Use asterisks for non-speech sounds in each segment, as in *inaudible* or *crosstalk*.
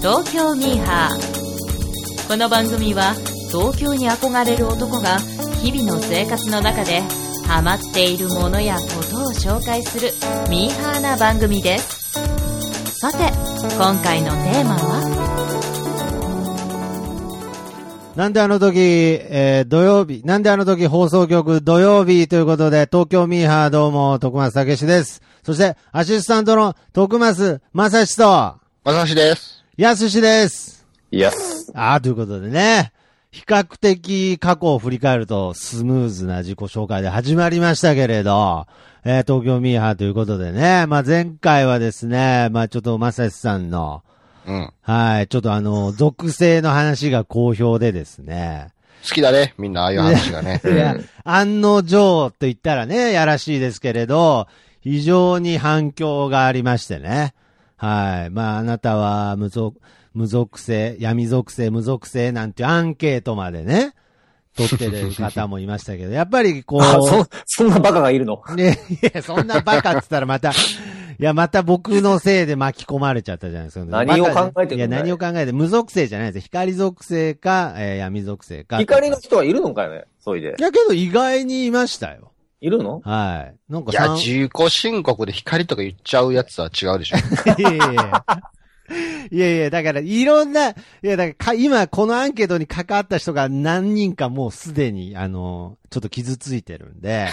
東京ミーハーこの番組は東京に憧れる男が日々の生活の中でハマっているものやことを紹介するミーハーな番組ですさて今回のテーマはなんであの時、えー土曜日、なんであの時放送局土曜日ということで、東京ミーハーどうも、徳松武史です。そして、アシスタントの徳松正史と、まさしです。やすしです。イエス。ああ、ということでね、比較的過去を振り返るとスムーズな自己紹介で始まりましたけれど、えー東京ミーハーということでね、まあ前回はですね、まあちょっと正史さんの、うん。好はい、ちょっとあの、属性の話が好評でですね、きだね。みんなああいう話がね。いや、案の定と言ったらね、やらしいですけれど、非常に反響がありましてね。はい。まあ、あなたは無属、無属性、闇属性、無属性なんていうアンケートまでね、取ってる方もいましたけど、やっぱり *laughs* こあ、そんう、、そんなバカがいるのね、いや、そんなバカって言ったらまた、いや、また僕のせいで巻き込まれちゃったじゃないですか。何を考えてるんだいいや、何を考えて、無属性じゃないです。光属性か、えー闇属性か。怒りの人はいるのかよねそいでい。やけど意外にいましたよ。いるのはい。なんか *laughs* いや、さん自己申告で光とか言っちゃうやつは違うでしょ。 *laughs* いやいやいや。いやいや、だから、いろんな、いや、だからか、今、このアンケートに関わった人が何人かもうすでに、あの、ちょっと傷ついてるん *laughs* で、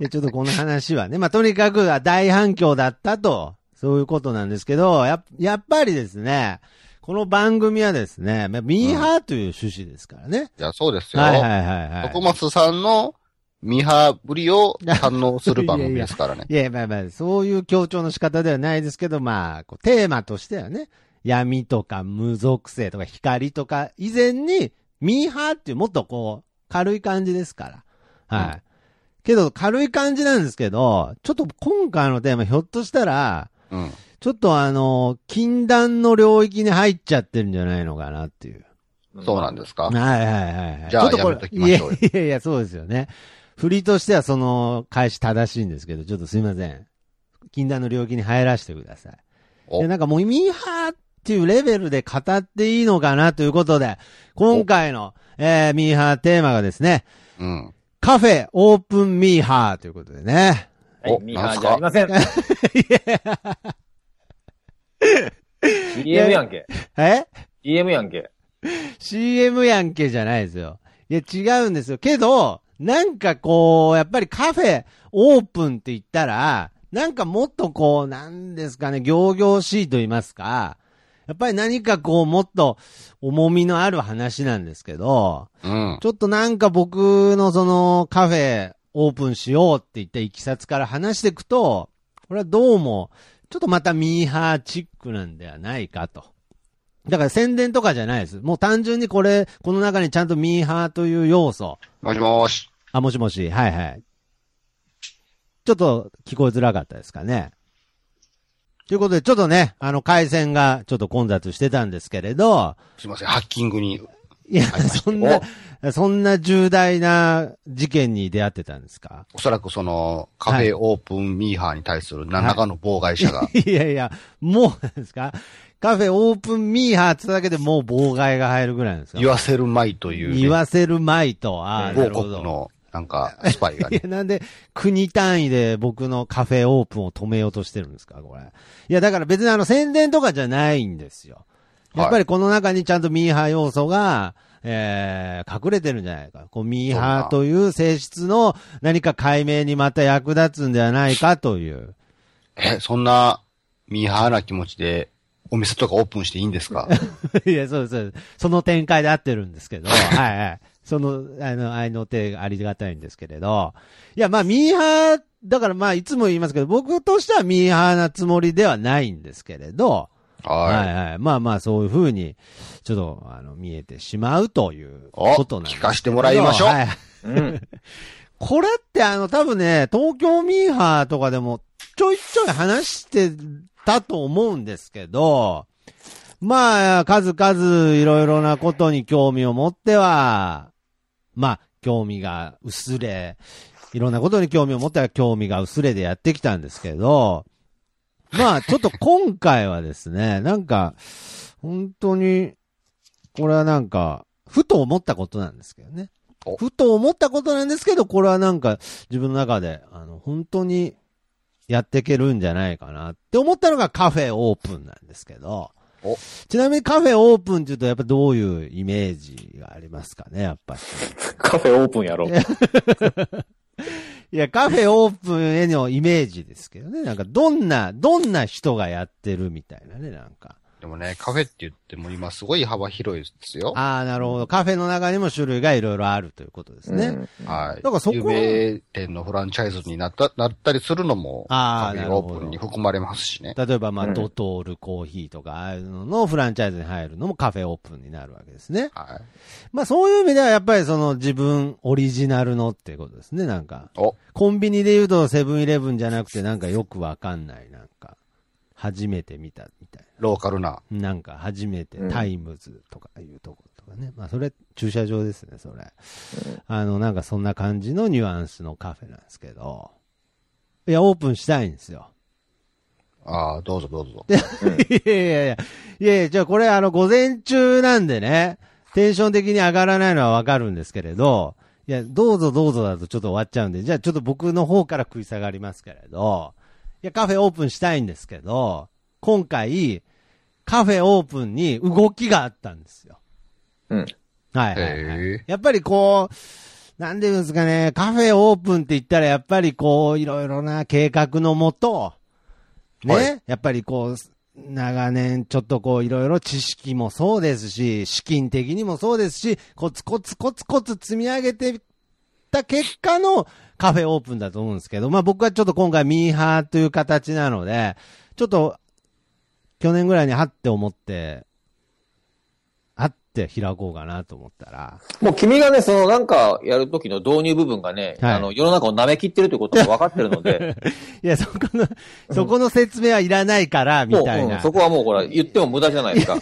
で、ちょっとこの話はね、まあ、とにかく大反響だったと、そういうことなんですけど、やっ、やっぱりですね、この番組はですね、まあミーハーという趣旨ですからね。いや、そうですよ。はいはいはいはい。。徳松さんのミハぶりを堪能する番組ですからねいや、まあまあ、そういう強調の仕方ではないですけど、まあ、こうテーマとしてはね、闇とか無属性とか光とか以前に、ミーハーっていうもっとこう、軽い感じですから。はい。けど、軽い感じなんですけど、ちょっと今回のテーマ、ひょっとしたら、うん。ちょっとあの、禁断の領域に入っちゃってるんじゃないのかなっていう。そうなんですかはいはいはいはい。じゃあちょっこれやめときましょうよいやいやいや、そうですよね。振りとしてはその返し正しいんですけど、ちょっとすいません。禁断の領域に入らせてください。おで、なんかもうミーハーっていうレベルで語っていいのかなということで、今回の、えー、ミーハーテーマがですね、うん。カフェオープンミーハーということでね。はいおミーハなんーすじゃあかりません。CM *laughs* やんけ。え CM やんけ。 CM やんけじゃないですよ。いや、違うんですよ。けど、なんかこう、やっぱりカフェオープンって言ったら、なんかもっとこう、なんですかね、行々しいと言いますか、やっぱり何かこう、もっと重みのある話なんですけど、うん。ちょっとなんか僕のそのカフェオープンしようって言ったいきさつから話していくと、これはどうも、ちょっとまたミーハーチックなんではないかと。だから宣伝とかじゃないです。もう単純にこれ、この中にちゃんとミーハーという要素。もしもーし。あ、もしもし、はいはい。ちょっと聞こえづらかったですかね。ということで、ちょっとね、あの、回線がちょっと混雑してたんですけれど、すいません。ハッキングに。いや、 *laughs* そんな、そんな重大な事件に出会ってたんですか *laughs* おそらくその、カフェオープンミーハーに対する何らかの妨害者が。いやいや、もうなんですかカフェオープンミーハーって言っただけでもう妨害が入るぐらいなんですか言わせるまいというね、言わせるまいと。ああ、な某るほ国ど。の、なんか、スパイがいね。や、なんで、国単位で僕のカフェオープンを止めようとしてるんですか、これ。いや、だから別にあの、宣伝とかじゃないんですよ。やっぱりこの中にちゃんとミーハー要素が、えー、隠れてるんじゃないか。こう、ミーハーという性質の何か解明にまた役立つんではないかという。え、そんな、ミーハーな気持ちで、お店とかオープンしていいんで *laughs* すかいや、そうですそうです。その展開で合ってるんです *laughs* けど、はいはい。その、あの、愛の手がありがたいんですけれど。いや、まあ、ミーハー、だからまあ、いつも言いますけど、僕としてはミーハーなつもりではないんですけれど、は。はいいはい。まあまあ、そういうふうに、ちょっと、あの、見えてしまうということなんですけどお聞かせてもらいましょうはいうん。これってあの、多分ね、東京ミーハーとかでも、ちょいちょい話してたと思うんですけど、まあ、数々いろいろなことに興味を持っては、まあ、興味が薄れ、いろんなことに興味を持っては興味が薄れでやってきたんですけど、まあ、ちょっと今回はですね、なんか、本当に、これはなんか、ふと思ったことなんですけどねお。ふと思ったことなんですけど、これはなんか、自分の中で、あの、本当に、やっていけるんじゃないかなって思ったのがカフェオープンなんですけどお。ちなみにカフェオープンって言うと、やっぱどういうイメージがありますかね、やっぱり。カフェオープンやろ。いや、カフェオープンへのイメージですけどね。なんか、どんな、どんな人がやってるみたいなね、なんか。でもね、カフェって言っても今すごい幅広いですよ。ああ、なるほど。カフェの中にも種類がいろいろあるということですね。うん。はい。だからそこ有名店のフランチャイズになった、なったりするのも、あカーフェオープンに含まれますしね。例えば、まあ、うんドトールコーヒーとか、ああいうののフランチャイズに入るのもカフェオープンになるわけですね。はい。まあ、そういう意味では、やっぱりその自分オリジナルのっていうことですね、なんか。お、コンビニで言うとセブンイレブンじゃなくて、なんかよくわかんない、なんか。初めて見たみたいローカルな。な。なんか、初めてうんタイムズとかいうところとかね。まあ、それ、駐車場ですね、それ。あの、なんかそんな感じのニュアンスのカフェなんですけど。いや、オープンしたいんですよ。ああ、どうぞどうぞ。 *laughs* いやいやいや。いやいや、じゃあこれあの、午前中なんでね、テンション的に上がらないのはわかるんですけれど、いや、どうぞどうぞだとちょっと終わっちゃうんで、じゃあちょっと僕の方から食い下がりますけれど、いや、カフェオープンしたいんですけど、今回、カフェオープンに動きがあったんですよ。うん。はいはい、はいへえやっぱりこう、なんで言うんですかね、カフェオープンって言ったらやっぱりこう、いろいろな計画のもと、ね、はいやっぱりこう、長年ちょっとこう、いろいろ知識もそうですし、資金的にもそうですし、コツコツコツコツ積み上げてった結果のカフェオープンだと思うんですけど、まあ僕はちょっと今回ミーハーという形なので、ちょっと、去年ぐらいにはって思って、あって開こうかなと思ったら、もう君がね、そのなんかやる時の導入部分がね、はいあの、世の中を舐め切ってるということも分かってるので、いや、そこの、そこの説明はいらないから、みもう、たいうんな。そこはもうほら、言っても無駄じゃないですか。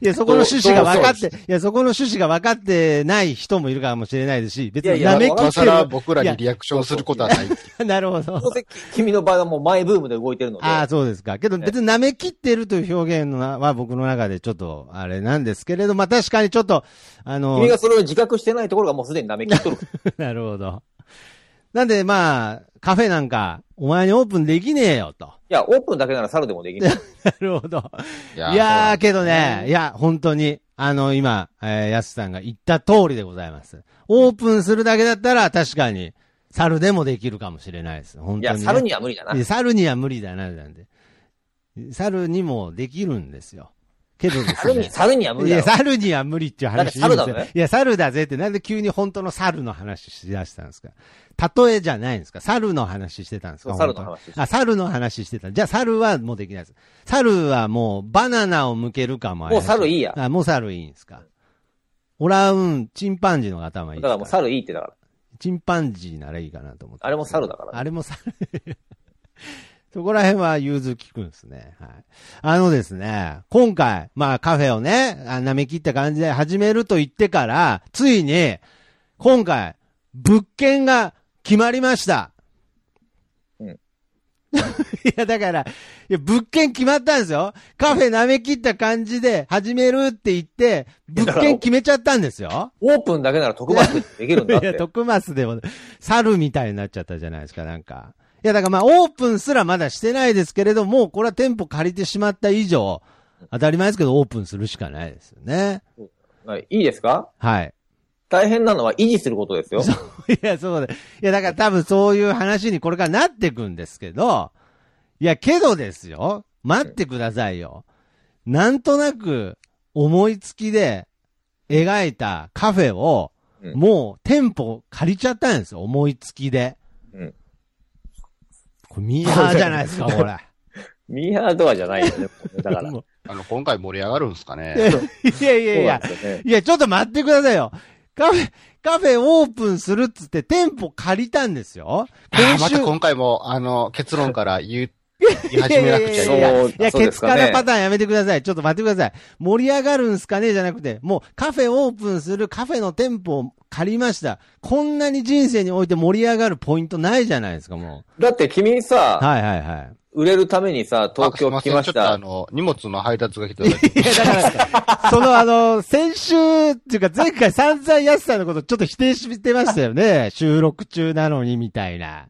いや、そこの趣旨が分かっどて、いや、そこの趣旨が分かってない人もいるかもしれないですし、別にいや舐いめや切今ってる更僕らにリアクションすることはない。 *laughs* なるほどど。うせ君の場合はもうマイブームで動いてるので、ああ、そうですか。けど別に舐め切ってるという表現のなは僕の中でちょっとあれなんですけれど、まあ確かにちょっと、あの、君がそれを自覚してないところがもうすでに舐め切っとる。 *laughs* なるほど。なんでまあ、カフェなんか、お前にオープンできねえよと。 *laughs* いや、オープンだけなら猿でもできる。なるほど。いいやー、ーけどね、いや、本当に、あの、今、えー、やすさんが言った通りでございます。オープンするだけだったら、確かに、猿でもできるかもしれないです。本当に、いね。や、猿には無理だな。いや猿には無理だな、なんで。猿にもできるんですよ。けどです猿に、ね。猿には無い理だや、よ。猿には無理っていう話だって猿だいいんろですねよいや、猿だぜって、なんで急に本当の猿の話しだしたんですか例えじゃないんですか猿の話してたんですかそう猿の本当は話してあ、猿の話してた。じゃあ猿はもうできないです。猿はもうバナナを向けるかも怪もしう猿いいやあ、もう猿いいんですかオラウン、チンパンジーの方が頭いいだでかすらもうか猿いいってだから。チンパンジーならいいかなと思って。あれも猿だから。あれも猿。そこら辺は融通聞くんですね。はい。あのですね、今回、まあカフェをね、あ舐め切った感じで始めると言ってから、ついに、今回、物件が決まりました。うん *laughs* いや、だから、いや、物件決まったんですよ。カフェ舐め切った感じで始めるって言って、物件決めちゃったんですよ。オープンだけなら特番でできるんだっいや、て。徳松でも、猿みたいになっちゃったじゃないですか、なんか。いや、だからまあ、オープンすらまだしてないですけれども、これは店舗借りてしまった以上、当たり前ですけど、オープンするしかないですよね。はいいいですかはい。大変なのは維持することですよ。 *laughs* いや、そうだ。いや、だから多分そういう話にこれからなってくんですけど、いや、けどですよ。待ってくださいよ。なんとなく、思いつきで描いたカフェを、うんもう店舗借りちゃったんですよ。思いつきで。うんこれミーハーじゃないですか、 *laughs* これ。ミーハーとかじゃないよね。だ *laughs* から。もあの、今回盛り上がるんですかね。ういやいやいやそうなん。ですよね。いや、ちょっと待ってくださいよ。カフェ、カフェオープンするっつって店舗借りたんですよ。あーまた今回も、あの、結論から言う、言い始めなくちゃいけいない。やそういや、そうケでツすかからねパターンやめてください。ちょっと待ってください。盛り上がるんすかねじゃなくて、もうカフェオープンするカフェの店舗を借りました。こんなに人生において盛り上がるポイントないじゃないですか、もだって君う。さ、はいはいはい。売れるためにさ、東京あす来いせんまちしょっとあた。の、荷物の配達が来ただけいや、だから、そのあの、 *laughs* 先週、っていうか前回散々安さんのことちょっと否定してましたよね。収録中なのにみたいな。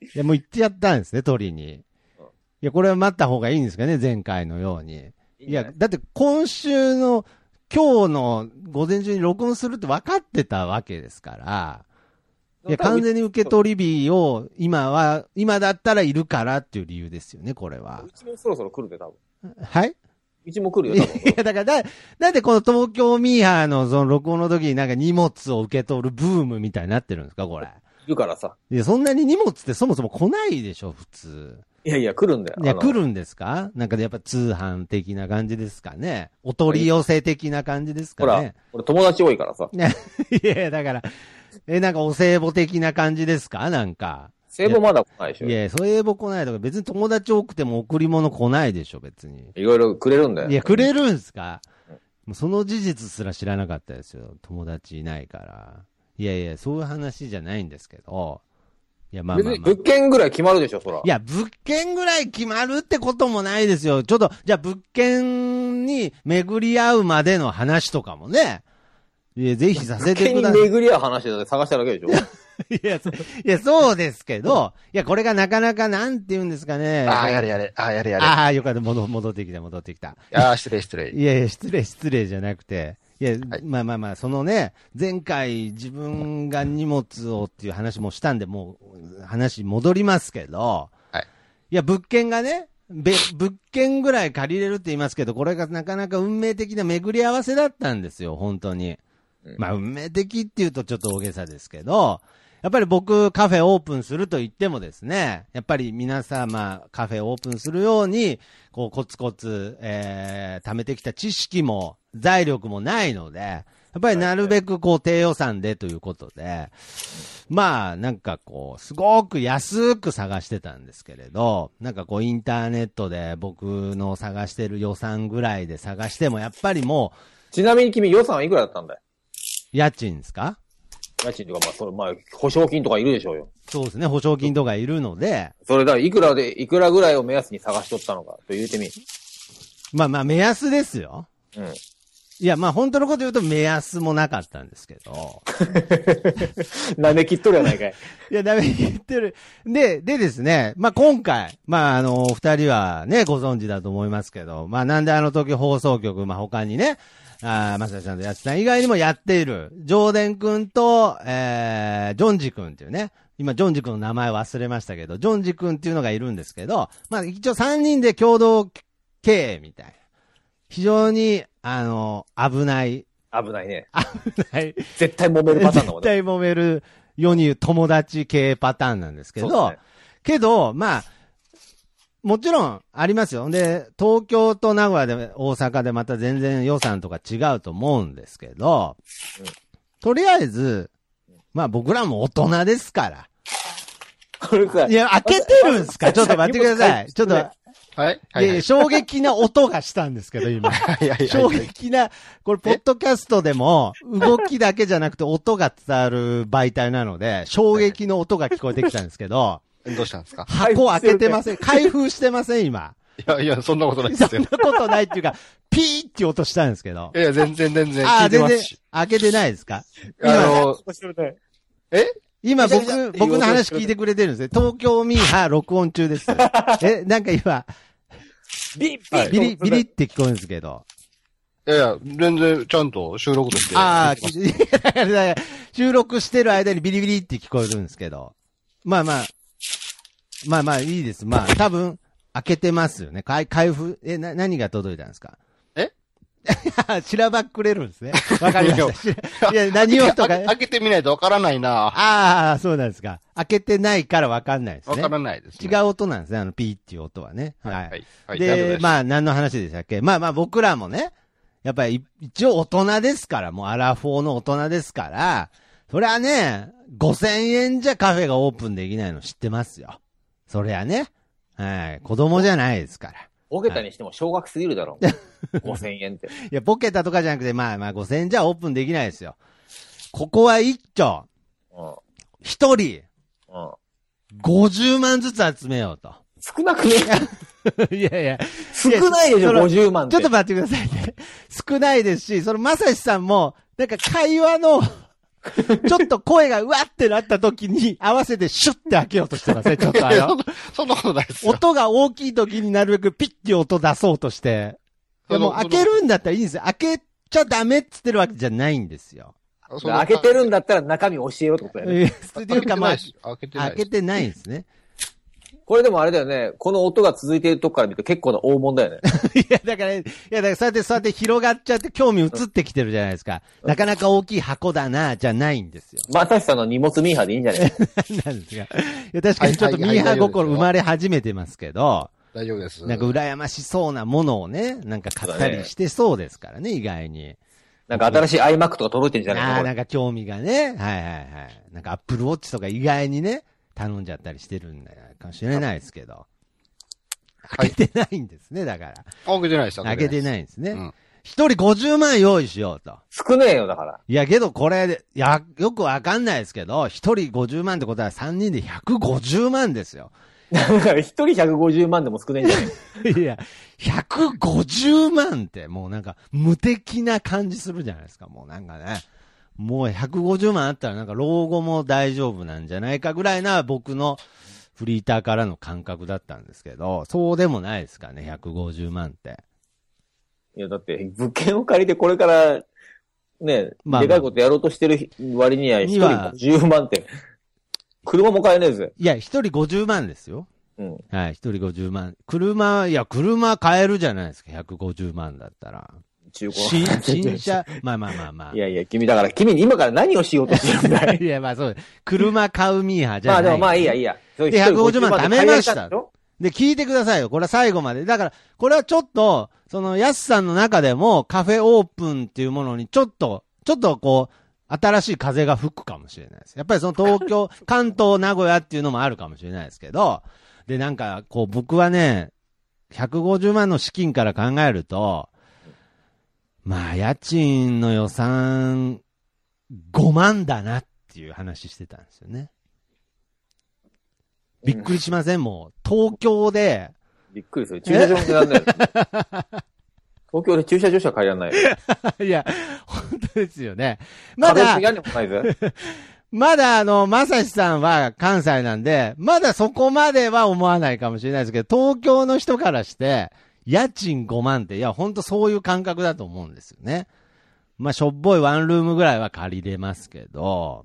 いや、もう言ってやったんですね、鳥に。いや、これは待った方がいいんですかね、前回のように。いや、だって今週の、今日の午前中に録音するって分かってたわけですから。いや、完全に受け取り日を今は、今だったらいるからっていう理由ですよね、これはう。ちもそろそろ来るで、多分。はいうちも来るいよ、多分。や、だから、だ、なんでこの東京ミーハーのその録音の時になんか荷物を受け取るブームみたいになってるんですか、これ。いるからさ。いや、そんなに荷物ってそもそも来ないでしょ、普通。いやいや、来るんだよ。いや、あの来。るんですかなんかやっぱ通販的な感じですかね。お取り寄せ的な感じですほからね。、俺友達多いからさ。 *laughs* いやいや、だから、え、なんかお歳暮的な感じですかなんか。聖母まだ来ないでしょ。いいや、そういえば来ないとか、別に友達多くても贈り物来ないでしょ、別に。ろいろくれるんだよ。いや、くれるんすかもうその事実すら知らなかったですよ。友達いないから。いやいや、そういう話じゃないんですけど。いや、まあまあ、別まにあ。物件ぐらい決まるでしょ、そら。いや、物件ぐらい決まるってこともないですよ。ちょっと、じゃあ物件に巡り合うまでの話とかもね。いや、ぜひさ物せて件くにださい。巡り合う話で探しただけでしょ。 *laughs* いや、そいやそうですけど、いや、これがなかなかなんて言うんですかね。 *laughs* ああ、やれやれ。ああ、やれやれ。あああ、よかった。戻戻ってきた、戻ってきた。あー、失礼失礼。いやいや、失礼、失礼じゃなくて。いや、はいまあまあまあ、そのね、前回自分が荷物をっていう話もしたんで、もう話戻りますけど、はい。いや、物件がね、べ物件ぐらい借りれるって言いますけど、これがなかなか運命的な巡り合わせだったんですよ、本当に。まあ、運命的っていうとちょっと大げさですけど、やっぱり僕、カフェオープンすると言ってもですね、やっぱり皆様、カフェオープンするように、こう、コツコツ、えー、貯めてきた知識も、財力もないので、やっぱりなるべくこう、低予算でということで、まあ、なんかこう、すごく安く探してたんですけれど、なんかこう、インターネットで僕の探してる予算ぐらいで探しても、やっぱりもちなみに君予算はいくらだったんだよ。う、家賃ですか家賃とか、まあ、それ、まあ、保証金とかいるでしょうよ。そうですね、保証金とかいるので、それだ、いくらで、いくらぐらいを目安に探しとったのか、と言うてみ。まあまあ、目安ですよ。うん。いや、まあ本当のこと言うと目安もなかったんですけど。なめきっとるやないかい。 *laughs* いや、ダメ言ってる。で、でですね、まあ今回、まああの、お二人はね、ご存知だと思いますけど、まあなんであの時放送局、まあ他にね、あーまさちゃんとやつさん以外にもやっている、ジョーデン君と、えー、ジョンジ君っていうね、今、ジョンジ君の名前忘れましたけど、ジョンジ君っていうのがいるんですけど、まあ一応3人で共同経営みたいな。非常に、あの、危ない、危ないね。危ない絶対揉めるパターンだもん *laughs* 絶ね。対揉める世に言う友達系パターンなんですけそうど、ですねけど、まあ、もちろんありますよ。で、東京と名古屋で、大阪でまた全然予算とか違うと思うんですけど、うんとりあえず、まあ僕らも大人ですから。これさい、や、開けてるんすかちょっと待ってください。ちょっと、はいはいいはやい。衝撃な音がしたんですけど、今。はいはい衝はいはい。撃な、これ、ポッドキャストでも、 *laughs* 動きだけじゃなくて音が伝わる媒体なので、衝撃の音が聞こえてきたんですけ *laughs* ど、どうしたんですか箱開けてません。開封してません、今。いやいや、そんなことないでそすんよな。ことないっていうか、ピーって音したんですけど *laughs* い。やいや、全然全然あ聞あ、いて全ま然すし。、開けてないですかあの、今めちゃめちゃ僕、僕の話聞いてくれてるんですね。東京ミーハー録音中です。え、なんか今、ビはッいビリ、ビリっッ。て聞こえるんですけど。いやいや、全然ちゃんと収録として。 *laughs* ああ、だから *laughs* 収録してる間にビリビリって聞こえるんですけど。まあまあ、まあまあいいです。まあ多分、開けてますよね。開開封、え、な、何が届いたんですか *laughs* えしらばっくれるんですね。わかりました。いや、何をとか。開け開けてみないとわからないな。ああ、そうなんですか。開けてないからわかんないですわねか。らないです違ね。う音なんですね。あの、ピーっていう音はね。はいはい。はい。大丈夫でで、すまあ、何の話でしたっけまあまあ、僕らもね、やっぱり一応大人ですから、もうアラフォーの大人ですから、そりゃね、5000円じゃカフェがオープンできないの知ってますよ。そりゃね、はい、子供じゃないですから。ボケたにしても小額すぎるだろう。5000円って。いや、ボケたとかじゃなくて、まあまあ、5000円じゃオープンできないですよ。ここは一丁、うん。一人、うん。 50万ずつ集めようと。 *laughs* 少なくねいやいや。少ないでしょ、その50万っちて。ょっと待ってくださいね。 *laughs* 少ないですし、そのまさしさんも、なんか会話 *laughs* の、ちょっと声がうわってなった時に合わせてシュッて開けようとしてますね。ちょっとあそのん、な *laughs* そんなことないですよ。音が大きい時になるべくピッて音出そうとして。いやもう開けるんだったらいいんですよ。開けちゃダメっつってるわけじゃないんですよ。その開けてるんだったら中身教えろってことだよね。えーというかまあ、開けてない開です。開けてないでけす。てないんですね。 *laughs* これでもあれだよね。この音が続いてるとこから見ると結構な大物だよ *laughs* ね。いや、だから、いや、だから、そうやって、そうやって広がっちゃって、興味移ってきてるじゃないですか。なかなか大きい箱だな、じゃないんですよ。まさしさんの荷物ミーハーでいいんじ *laughs* ゃないなんですが。いや、確かにちょっとミーハー心生まれ始めてますけど、大丈夫です。なんか羨ましそうなものをね、なんか買ったりしてそうですからね、意外に。なんか新しい iMac とか届いてんじゃないのああ、これなんか興味がね。はいはいはい。なんかアップルウォッチとか意外にね、頼んじゃったりしてるんだよかもしれないですけど。開けてないんですね、だから。開けてないです。開けてい。ないんですうねん。一、人50万用意しようと。少ねえよ、だから。いや、けどこれ、いや、よくわかんないですけど、一人50万ってことは3人で150万ですよ。だから一人150万でも少ねえんじ *laughs* ゃないいや、150万ってもうなんか無敵な感じするじゃないですか、もうなんかね。もう150万あったらなんか老後も大丈夫なんじゃないかぐらいな僕のフリーターからの感覚だったんですけど、そうでもないですかね、150万って。いや、だって、物件を借りてこれから、ね、まあでかいことやろうとしてる割には、一には人50万って、車も買えねえぜ。いや、一人50万ですよ。うん。はい、一人50万。車、いや、車買えるじゃないですか、150万だったら。中古 *laughs* 新、新車、まあまあまあまあ。いやいや、君だから、君に今から何をしようとしてるんだいいや、まあそう。車買うミーハ *laughs* ーじゃなまあい。でもまあいいや、いいや。そうで一人150万貯めました借りられんでょで、聞いてくださいよ。これは最後まで。だから、これはちょっと、その、やすさんの中でも、カフェオープンっていうものに、ちょっと、ちょっとこう、新しい風が吹くかもしれないです。やっぱりその東京、関東、名古屋っていうのもあるかもしれないですけど、で、なんか、こう、僕はね、150万の資金から考えると、まあ、家賃の予算、5万だなっていう話してたんですよね。びっくりしませんもう、東京で、びっくりする。駐車場っ *laughs* てなんだよ。東京で駐車場しか借りられないよ。いや、本当ですよね。ままだ。だ壁、屋根もないぜ。まだあの、まさしさんは関西なんで、まだそこまでは思わないかもしれないですけど、東京の人からして、家賃5万って、いや、本当そういう感覚だと思うんですよね。まあ、しょっぼいワンルームぐらいは借りれますけど、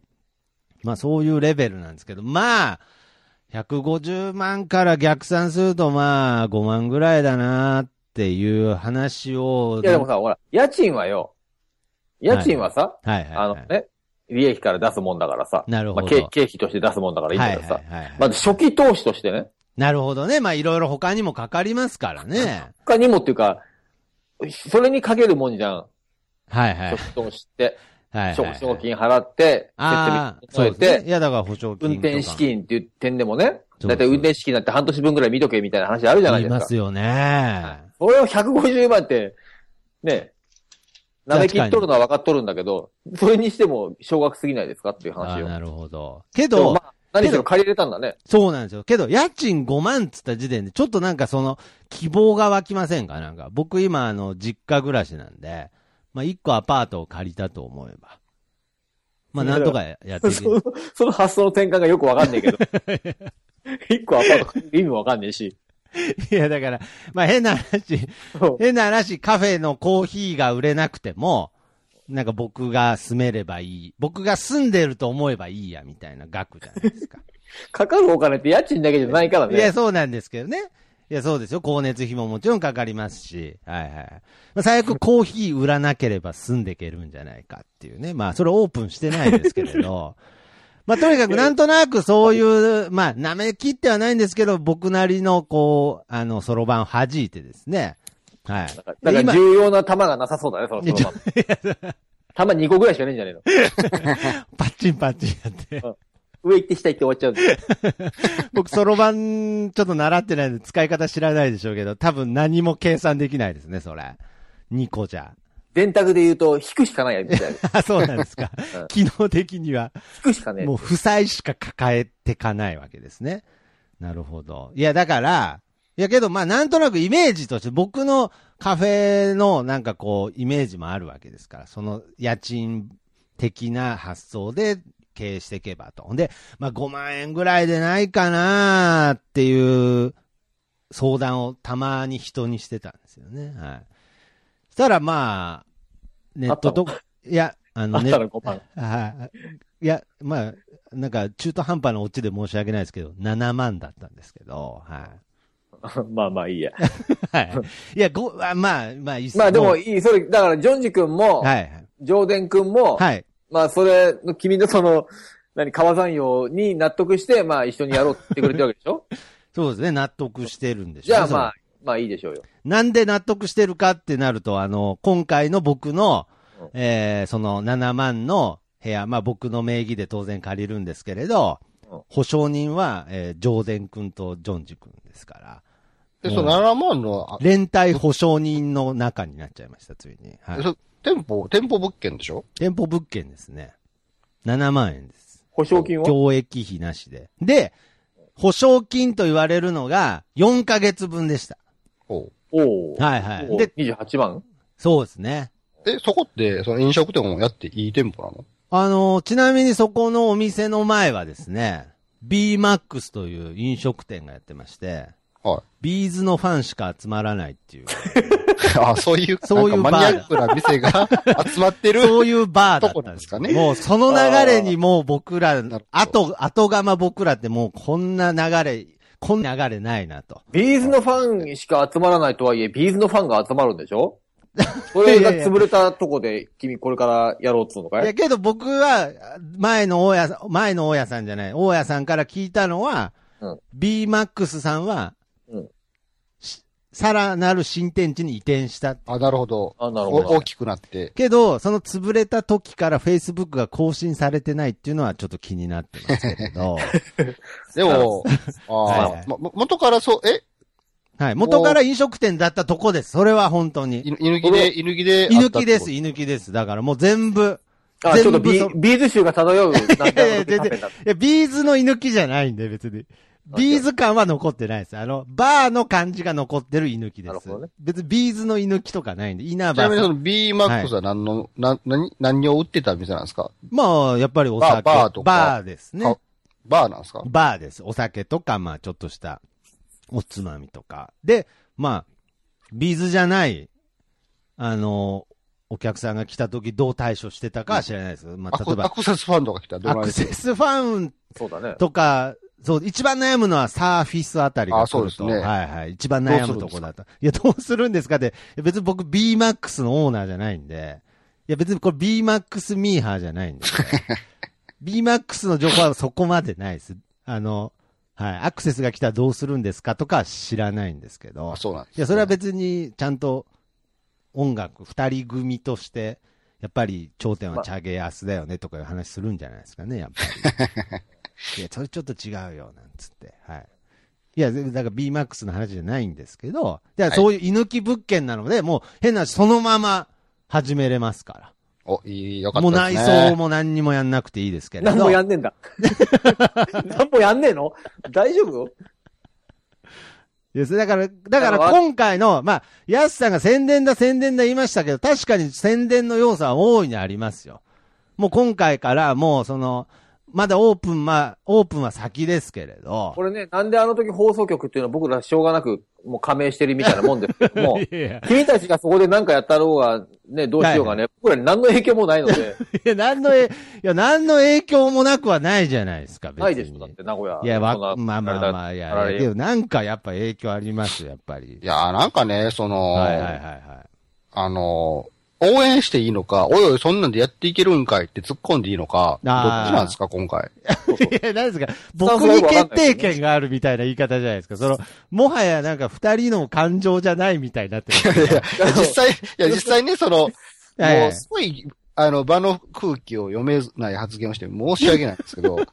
まあ、そういうレベルなんですけど、まあ、150万から逆算すると、まあ、5万ぐらいだなっていう話を。いやでもさ、ほら、家賃はよ、家賃はさ、はいはい、はい。あのね、利益から出すもんだからさ、なるほどまあ経経費として出すもんだからいいんだけどさ、はいはいはいはいまず初期投資としてね、なるほどね。まあ、いろいろ他にもかかりますからね。他にもっていうか、それにかけるもんじゃん。はいはい。初期投資って、はい、奨はい。奨金払って、ああ、設そう備整でえすて、ね。いや、だから保証金運とか。転資金っていう点でもね、そうそうだいたい運転資金なんて半年分ぐらい見とけみたいな話あるじゃな言いいでますすか。よね。それを150万って、ね、確かに舐めきっとるのは分かっとるんだけど、それにしても少額すぎないですかっていうあ話あを。なるほど。けでもどま、あ、何しろ借りれたんだね。そうなんですよ。けど、家賃5万っつった時点で、ちょっとなんかその、希望が湧きませんかなんか、僕今、あの、実家暮らしなんで、まあ、1個アパートを借りたと思えば。まあ、なんとかやっていけ *laughs* そのその発想の転換がよく分かんないけど。 *laughs* 一個アパート借りる意味も分かんないし。いや、だから、まあ、変な話、そう変な話、カフェのコーヒーが売れなくても、なんか僕が住めればいい。僕が住んでると思えばいいや、みたいな額じゃないですか。かかるお金って家賃だけじゃないからいや、ね。そうなんですけどね。いや、そうですよ。光熱費ももちろんかかりますし。はいはい。まあ、最悪コーヒー売らなければ住んでいけるんじゃないかっていうね。まあ、それオープンしてないですけれど。まあ、とにかくなんとなくそういう、まあ、舐め切ってはないんですけど、僕なりの、こう、あの、そろばんを弾いてですね。はい。だでから今重要な玉がなさそうだね、そのいやちょその玉2個ぐらいしかねえんじゃねえの。パッチンパッチンやって。上行って下行って終わっちゃうんだよ。僕、そろばん、ちょっと習ってないんで、使い方知らないでしょうけど、多分何も計算できないですね、それ。2個じ *laughs* ゃ。電卓で言うと、引くしかないやみたいな。あ、そうなんですかうん。機能的には、引くしかねえもう負債しか抱えてかないわけですね。なるほど。いや、だから、いやけど、まあ、なんとなくイメージとして、僕のカフェのなんかこう、イメージもあるわけですから、その家賃的な発想で経営していけばと。で、まあ、5万円ぐらいでないかなっていう相談をたまに人にしてたんですよね。はい。そしたら、まあ、ネットと、いや、ああのっね、たら5万。 *laughs* はい。いや、まあ、なんか中途半端なオチで申し訳ないですけど、7万だったんですけど、はまあまあいいや。い。はい。 *laughs* いや、ご、あまあ、まあ、いいっすまあでもはいい、それ、だから、ジョンジ君も、い。ジョーデン君も、はい。まあそれの、君のその、何、川山用に納得して、まあ一緒にやろうって言ってくれてるわけでしょ *laughs* そうですね、納得してるんでしょじゃあそれまあ、まあいいでしょうよ。なんで納得してるかってなると、あの、今回の僕のうん、えー、その7万の部屋、まあ僕の名義で当然借りるんですけれどうん、保証人は、えー、ジョーデン君とジョンジ君ですから、で、その7万の、あ連帯保証人の中になっちゃいました、ついに。はいで。そ店舗、店舗物件でしょ店舗物件ですね。7万円です。保証金を共益費なしで。で、保証金と言われるのが4ヶ月分でした。おうおお。はいはい。でで、、 28万そうですね。で、そこって、その飲食店もやっていい店舗なのあの、ちなみにそこのお店の前はですね、BMAX という飲食店がやってまして、はビーズのファンしか集まらないって *laughs* いう、い。 *laughs* あそういう、 *laughs* そういうなんかマニアックな店 *laughs* が集まってる。そういうバーだったんですとこなんですかねもうその流れにもう僕らなる、ほ後、後釜僕らってもうこんな流れ、こんな流れないなと。ビーズのファンしか集まらないとはいえ、ビーズのファンが集まるんでし *laughs* ょそれが潰れたとこで、君これからやろうっつうのかいいやけど僕は、前の大家さん、前の大家さんじゃない、大家さんから聞いたのは、うん BMAX さんは、うんしさらなる新天地に移転した。あ、なるほど。あなるほどお大きくなって。けど、その潰れた時から Facebook が更新されてないっていうのはちょっと気になってますけれ *laughs* ど、でも、*laughs* あはーいま、も元からそう、えはい。元から飲食店だったとこです。それは本当に。い犬木で、犬木で。居抜きです、居抜きです。だからもう全部。あ、ちょっとビ全部そビーズ臭が漂うなんていやいや全然カフェだいや、ビーズの居抜きじゃないんで、別に。ビーズ感は残ってないです。あの、バーの感じが残ってる居抜きでなるす。ほどね別にビーズの居抜きとかないんで、稲ちな葉みにさそん。の B マックスは何の、な、何、何を売ってた店なんですかまあ、やっぱりお酒。バーバーとかバーですねあ。バーなんですかバーです。お酒とか、まあ、ちょっとした、おつまみとか。で、まあ、ビーズじゃない、あの、お客さんが来た時どう対処してたかは知らないです。まアあ、例えクアば、クセスファンドが来たらどうアなるクセスファンそうだね。とか、そう、一番悩むのはサーフィスあたりが来ると。あそうですねはいはい。一番悩むとこだった。いや、どうするんですかって。いや別に僕 BMAX のオーナーじゃないんで。いや、別にこれ BMAX ミーハーじゃないんで。BMAX の情報はそこまでないです。あの、はい。アクセスが来たらどうするんですかとかは知らないんですけどあ、。そうなんです、いや、それは別にちゃんと音楽、二人組として、やっぱり頂点はチャゲアスだよねとかいう話するんじゃないですかね、やっぱり。いや、それちょっと違うよ、なんつって。はい。いや、でだから BMAX の話じゃないんですけど、じゃあはいそういう居抜き物件なので、もう変な話そのまま始めれますか。お、いい、よからったもう内です、ね。装も。も何にもやんなくていいですけれど。何もやんねえん *laughs* だ。何もやんねえの大丈夫です。だから、だから今回の、まあ、ヤスさんが宣伝だ宣伝だ言いましたけど、確かに宣伝の要素は大いにありますよ。もう今回からもうその、まだオープン、まあ、オープンは先ですけれど。これね、なんであの時放送局っていうのは僕らしょうがなく、もう加盟してるみたいなもんですけども、 *laughs* いやいや君たちがそこで何かやったろうが、ね、どうしようがね、僕らに何の影響もないの *laughs* で、いや、何のえ、いや、何の影響もなくはないじゃないですか、別に。ないでしょ、だって名古屋。いや、わそんな、まあまあまあ、いや、いやけどなんかやっぱ影響ありますよ、やっぱりい。やー、なんかね、その、はいはいはいはあのー、応援していいのか、おいおい、そんなんでやっていけるんかいって突っ込んでいいのか、どっちあーなんですか、今 *laughs* 回。い。いや、何ですか、僕に決定権があるみたいな言い方じゃないですか。その、もはやなんか二人の感情じゃないみたいになっ *laughs* てる。実際、い *laughs* や、実際ね、その、はいもう、すごい、あの、場の空気を読めない発言をして申し訳ないんですけど、 *laughs*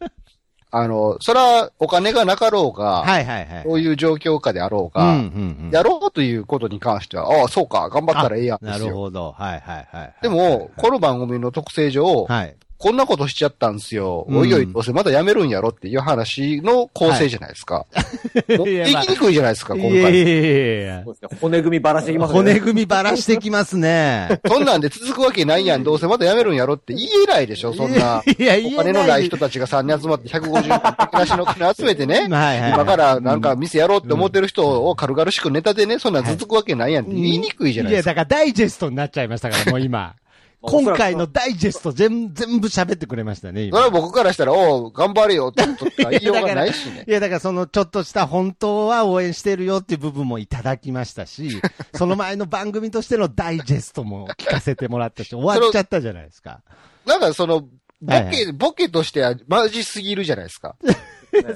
あの、そら、お金がなかろうが、はいはいはい。そういう状況下であろううんが、うんうんやろうということに関しては、ああ、そうか、頑張ったらええやんでなするよ。ほど。はいはいはい。でも、この番組の特性上、はい。こんなことしちゃったんですよ。うんおいおい、どうせまた辞めるんやろっていう話の構成じゃないですか。も *laughs* ういでやきまあにくいじゃないですか、い今やい回。やいやそうですね。骨組みばらしていきますね。骨組みばらしてきます *laughs* ね。そんなんで続くわけないやん、どうせまた辞めるんやろって言えないでしょ、そんな。いや、お言え金のなないい。人たちが3人集まって150人暮らしの金集めてねはいはい。今からなんか店やろうって思ってる人を軽々しくネタでね、そんなん続くわけないやんって言いにくいじゃないいでや、すか。だからダイジェストになっちゃいましたから、もう *laughs* 今。まあ今回の。ダイジェスト全全部喋ってくれましたね、それ今。は僕からしたら、おう、頑張れよってことしか言いようがないし *laughs* ね。いや、だからそのちょっとした本当は応援してるよっていう部分もいただきました *laughs* し、その前の番組としてのダイジェストも聞かせてもら *laughs* ったし、終わっちゃったじゃないですか。なんかその、ボはいはケ、ボケとしてはマジすぎるじゃないですか。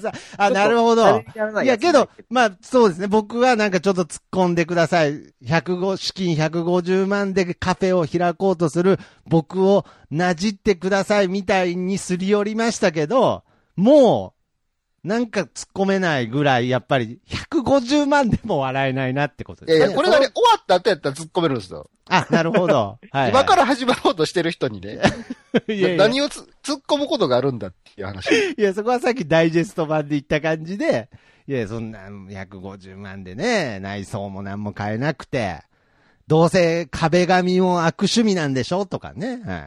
さあ、なるほど。いいや、けど、まあ、そうですね。僕はなんかちょっと突っ込んでください。105、資金150万でカフェを開こうとする僕をなじってくださいみたいにすり寄りましたけど、もう、なんか突っ込めないぐらい、やっぱり150万でも笑えないなってこといやでいすね。や、これがね、終わった後やったら突っ込めるんですよ。あ、なるほど。はい、今から始まろうとしてる人にね、ら、いやいや何をつ突っ込むことがあるんだっていう話。 *laughs* いや、そこはさっきダイジェスト版で言った感じで、いや、そんな150万でね、内装も何も買えなくて、どうせ壁紙も悪趣味なんでしょとかね、は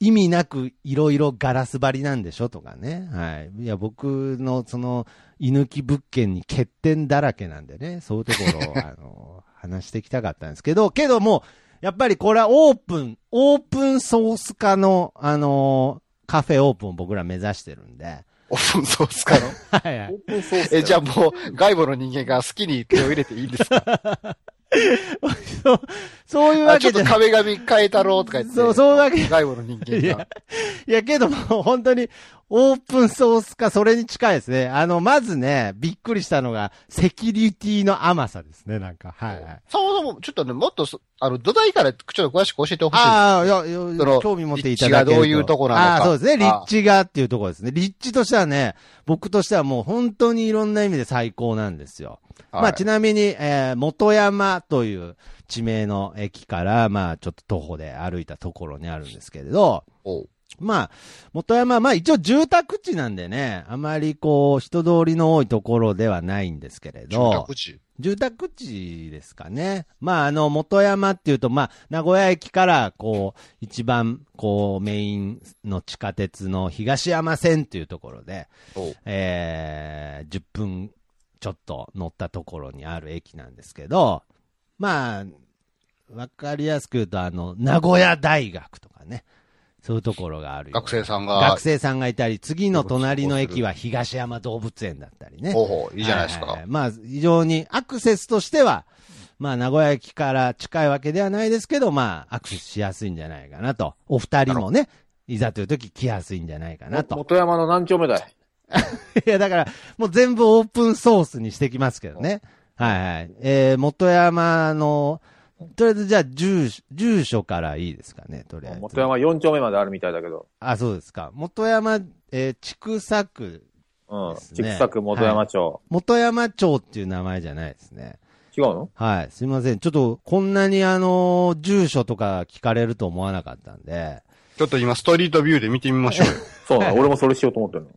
い。意味なくいろいろガラス張りなんでしょとかね、はい。いや、僕のその、居抜き物件に欠点だらけなんでね、そういうところを、あの、話していきたかったんですけど、けども、やっぱりこれはオープン、オープンソース化の、あのーカフェオープンを僕ら目指してるんで。オープンソースかの。はいはオい。ープンソースだよ。え、じゃあもう、外部の人間が好きに手を入れていい *laughs* んですかそう、そういうわあちょけじっゃとない。壁紙変えたろうとか言って。そう、そういうわけ外部の人い間がや。、いやけども、本当に、オープンソース化、それに近いですね。あの、まずね、びっくりしたのが、セキュリティの甘さですね、なんか。はいはい。そもそも、ちょっとね、もっとそ、あの、土台からちょっと詳しく教えてほしい。ああ、いや、いやその興味持っていただけると立地がどういうとこなのかああ、そうですね。ああ立地がっていうところですね。立地としてはね、僕としてはもう本当にいろんな意味で最高なんですよ。はいまあ、ちなみに、えー、元山という地名の駅から、まあ、ちょっと徒歩で歩いたところにあるんですけれど、おうまあ、元山は、まあ一応住宅地なんでね、あまりこう、人通りの多いところではないんですけれ住ど。宅地。住宅地ですかね。まあ、あの、元山っていうと、まあ、名古屋駅から、こう、一番、こう、メインの地下鉄の東山線っていうところで、おうえー、10分ちょっと乗ったところにある駅なんですけど、まあ、わかりやすく言うと、あの、名古屋大学とかね、そういうところがあるよ学生さんが。学生さんがいたり、次の隣の駅は東山動物園だったりね。ほうほういいじゃないですははかは。まあ、非常にアクセスとしては、まあ、名古屋駅から近いわけではないですけど、まあ、アクセスしやすいんじゃないかなと。お二人もね、いざという時来やすいんじゃないかなと。元山の何丁目だい。 *laughs* いや、だから、もう全部オープンソースにしてきますけどね。はいはい。えー、元山の、とりあえずじゃあ、住所、住所からいいですかね、とりあえず。元山4丁目まであるみたいだけど。あ、そうですか。元山、えー、畜産区、うん。ですちねくさく元山町。元山町っていう名前じゃないですね。違うのはい。すいません。ちょっと、こんなにあの、住所とか聞かれると思わなかったんで。ちょっと今、ストリートビューで見てみましょうよ。そうなの。俺もそれしようと思ってるの。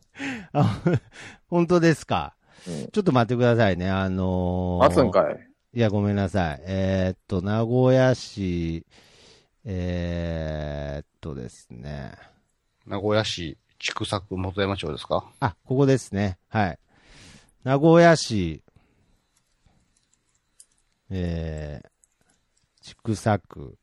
あ、 *laughs* 本当ですか。うんちょっと待ってくださいね。あのー、待つんかい。いや、ごめんなさい。えーっと、名古屋市、えーっとですね。名古屋市、畜作元山町ですかあ、ここですね。はい。名古屋市、えー、畜産区、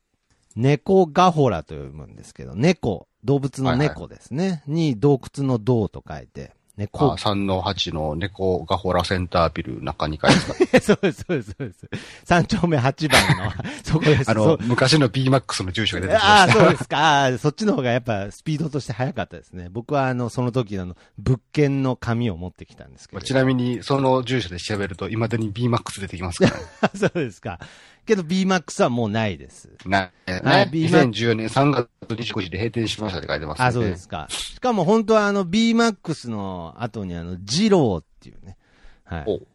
猫ガホラと読むんですけど、猫、動物の猫ですね。に、洞窟の洞と書いて、猫あ、3の8の猫がほらセンタービル中2階です *laughs* *laughs* そかうです、そうです、そうです。三丁目八番 *laughs* の、そこです。そあのう、昔の BMAX の住所が出てきまあしあ、そうですか。あーそっちの方がやっぱスピードとして速かったですね。僕はあの、その時のあの物件の紙を持ってきたんですけた。ど。ちなみに、その住所で調べると、未だに BMAX 出てきます *laughs* からね。あそうですか。けど BMAX はもうないです。な、ね、はい2014年3月29日で閉店しましたって書いてます、ね。あ、そうで。すか。しかも本当はあの BMAX の後にあの、ジローっていうね。はおい。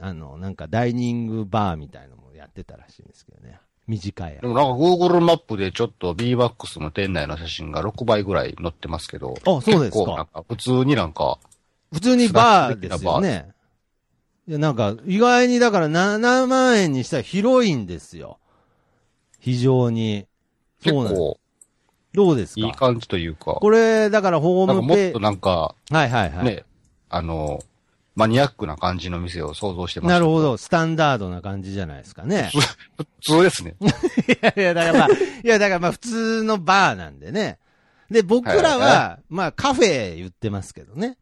あの、なんかダイニングバーみたいのもやってたらしいんですけどね。短いやで。もなんか Google マップでちょっと B-Max の店内の写真が6倍ぐらい載ってますけど。あそうですか結構なんか普通になんか、普通にバーですよね。いや、なんか、意外にだから7万円にしたら広いんですよ。非常に。結そうなんです。構どうですかいい感じというか。これ、だからホなんーかムもペっーとジ。なんか、はいはいね、はい。あの、マニアックな感じの店を想像してます。なるほど。スタンダードな感じじゃないですか *laughs* ね。普通ですね。いやいや、だからまあ、いや、だからまあ普通のバーなんでね。で、僕らはいはいは、まあカフェ言ってますけどね。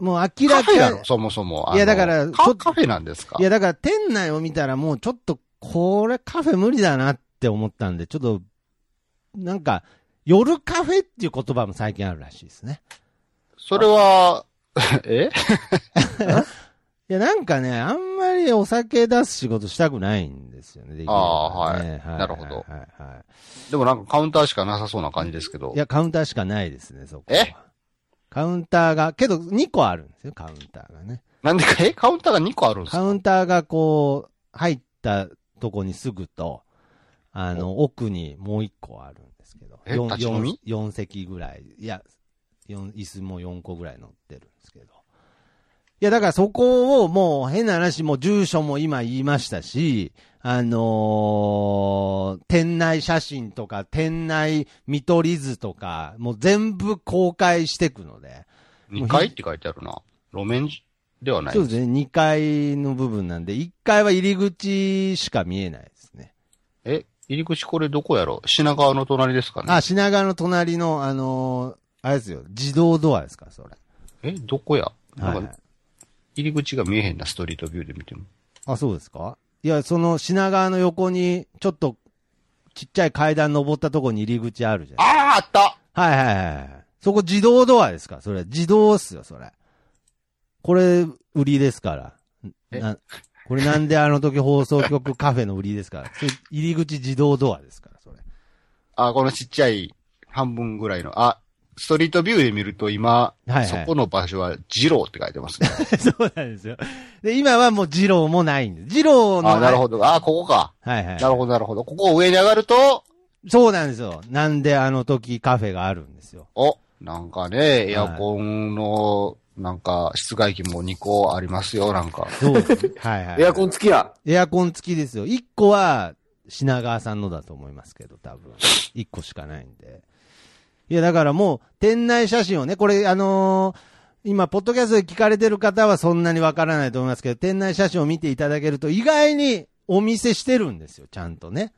もう明カらフェだろか、そもそも。あのいやだからちょカっとカフェなんですかいや、だから店内を見たらもうちょっと、これカフェ無理だなって思ったんで、ちょっと、なんか、夜カフェっていう言葉も最近あるらしいですね。それは、えいや、なんかね、あんまりお酒出す仕事したくないんですよね。できればあーはいねはなるほどはいはいはい *laughs* でもなんかカウンターしかなさそうな感じですけどい。や、カウンターしかないですね、そこは。えカウンターが、けど2個あるんですよ、カウンターがね。なんでか、 *laughs* えカウンターが2個あるんですカかウンターがこう、入ったとこにすぐと、あの、奥にもう1個あるんですけど。え四立ち飲み四四席ぐらい。いや、四椅子も4個ぐらい乗ってるんですけど。いや、だからそこをもう変な話、もう住所も今言いましたし、あのー店内写真とか、店内見取り図とか、もう全部公開していくので。 ?2 階って書いてあるな。路面ではないそうですね、2階の部分なんで、1階は入り口しか見えないですね。え入り口これどこやろ品川の隣ですかねあ、品川の隣の、あのーあれですよ、自動ドアですか、それ。えどこやはい、なはんいか。入り口が見えへんな、ストリートビューで見ても。あ、そうですかいや、その品川の横に、ちょっと、ちっちゃい階段登ったとこに入り口あるじゃん。あーあったはいはいはいはい。そこ自動ドアですかそれ。自動っすよ、それ。これ、売りですから。えなこれなんであの時放送局カフェの売りですから。それ入り口自動ドアですから、それ。あ、このちっちゃい半分ぐらいの、あ、ストリートビューで見ると今、はいはいそこの場所は二郎って書い *laughs* てますね。そうなんですよ。で、今はもう二郎もないんです。二郎の。あ、なるほど。あ、ここか。はいはい。なるほど、なるほど。ここを上に上がると、そうなんですよ。なんであの時カフェがあるんですよ。お、なんかね、エアコンの、なんか、室外機も2個ありますよ、なんか。そう *laughs* ですね。はいはい。エアコン付きや。エアコン付きですよ。1個は品川さんのだと思いますけど、多分。1個しかないんで。いや、だからもう、店内写真をね、これ、あのー今、ポッドキャストで聞かれてる方はそんなにわからないと思いますけど、店内写真を見ていただけると、意外にお見せしてるんですよ、ちゃんとね。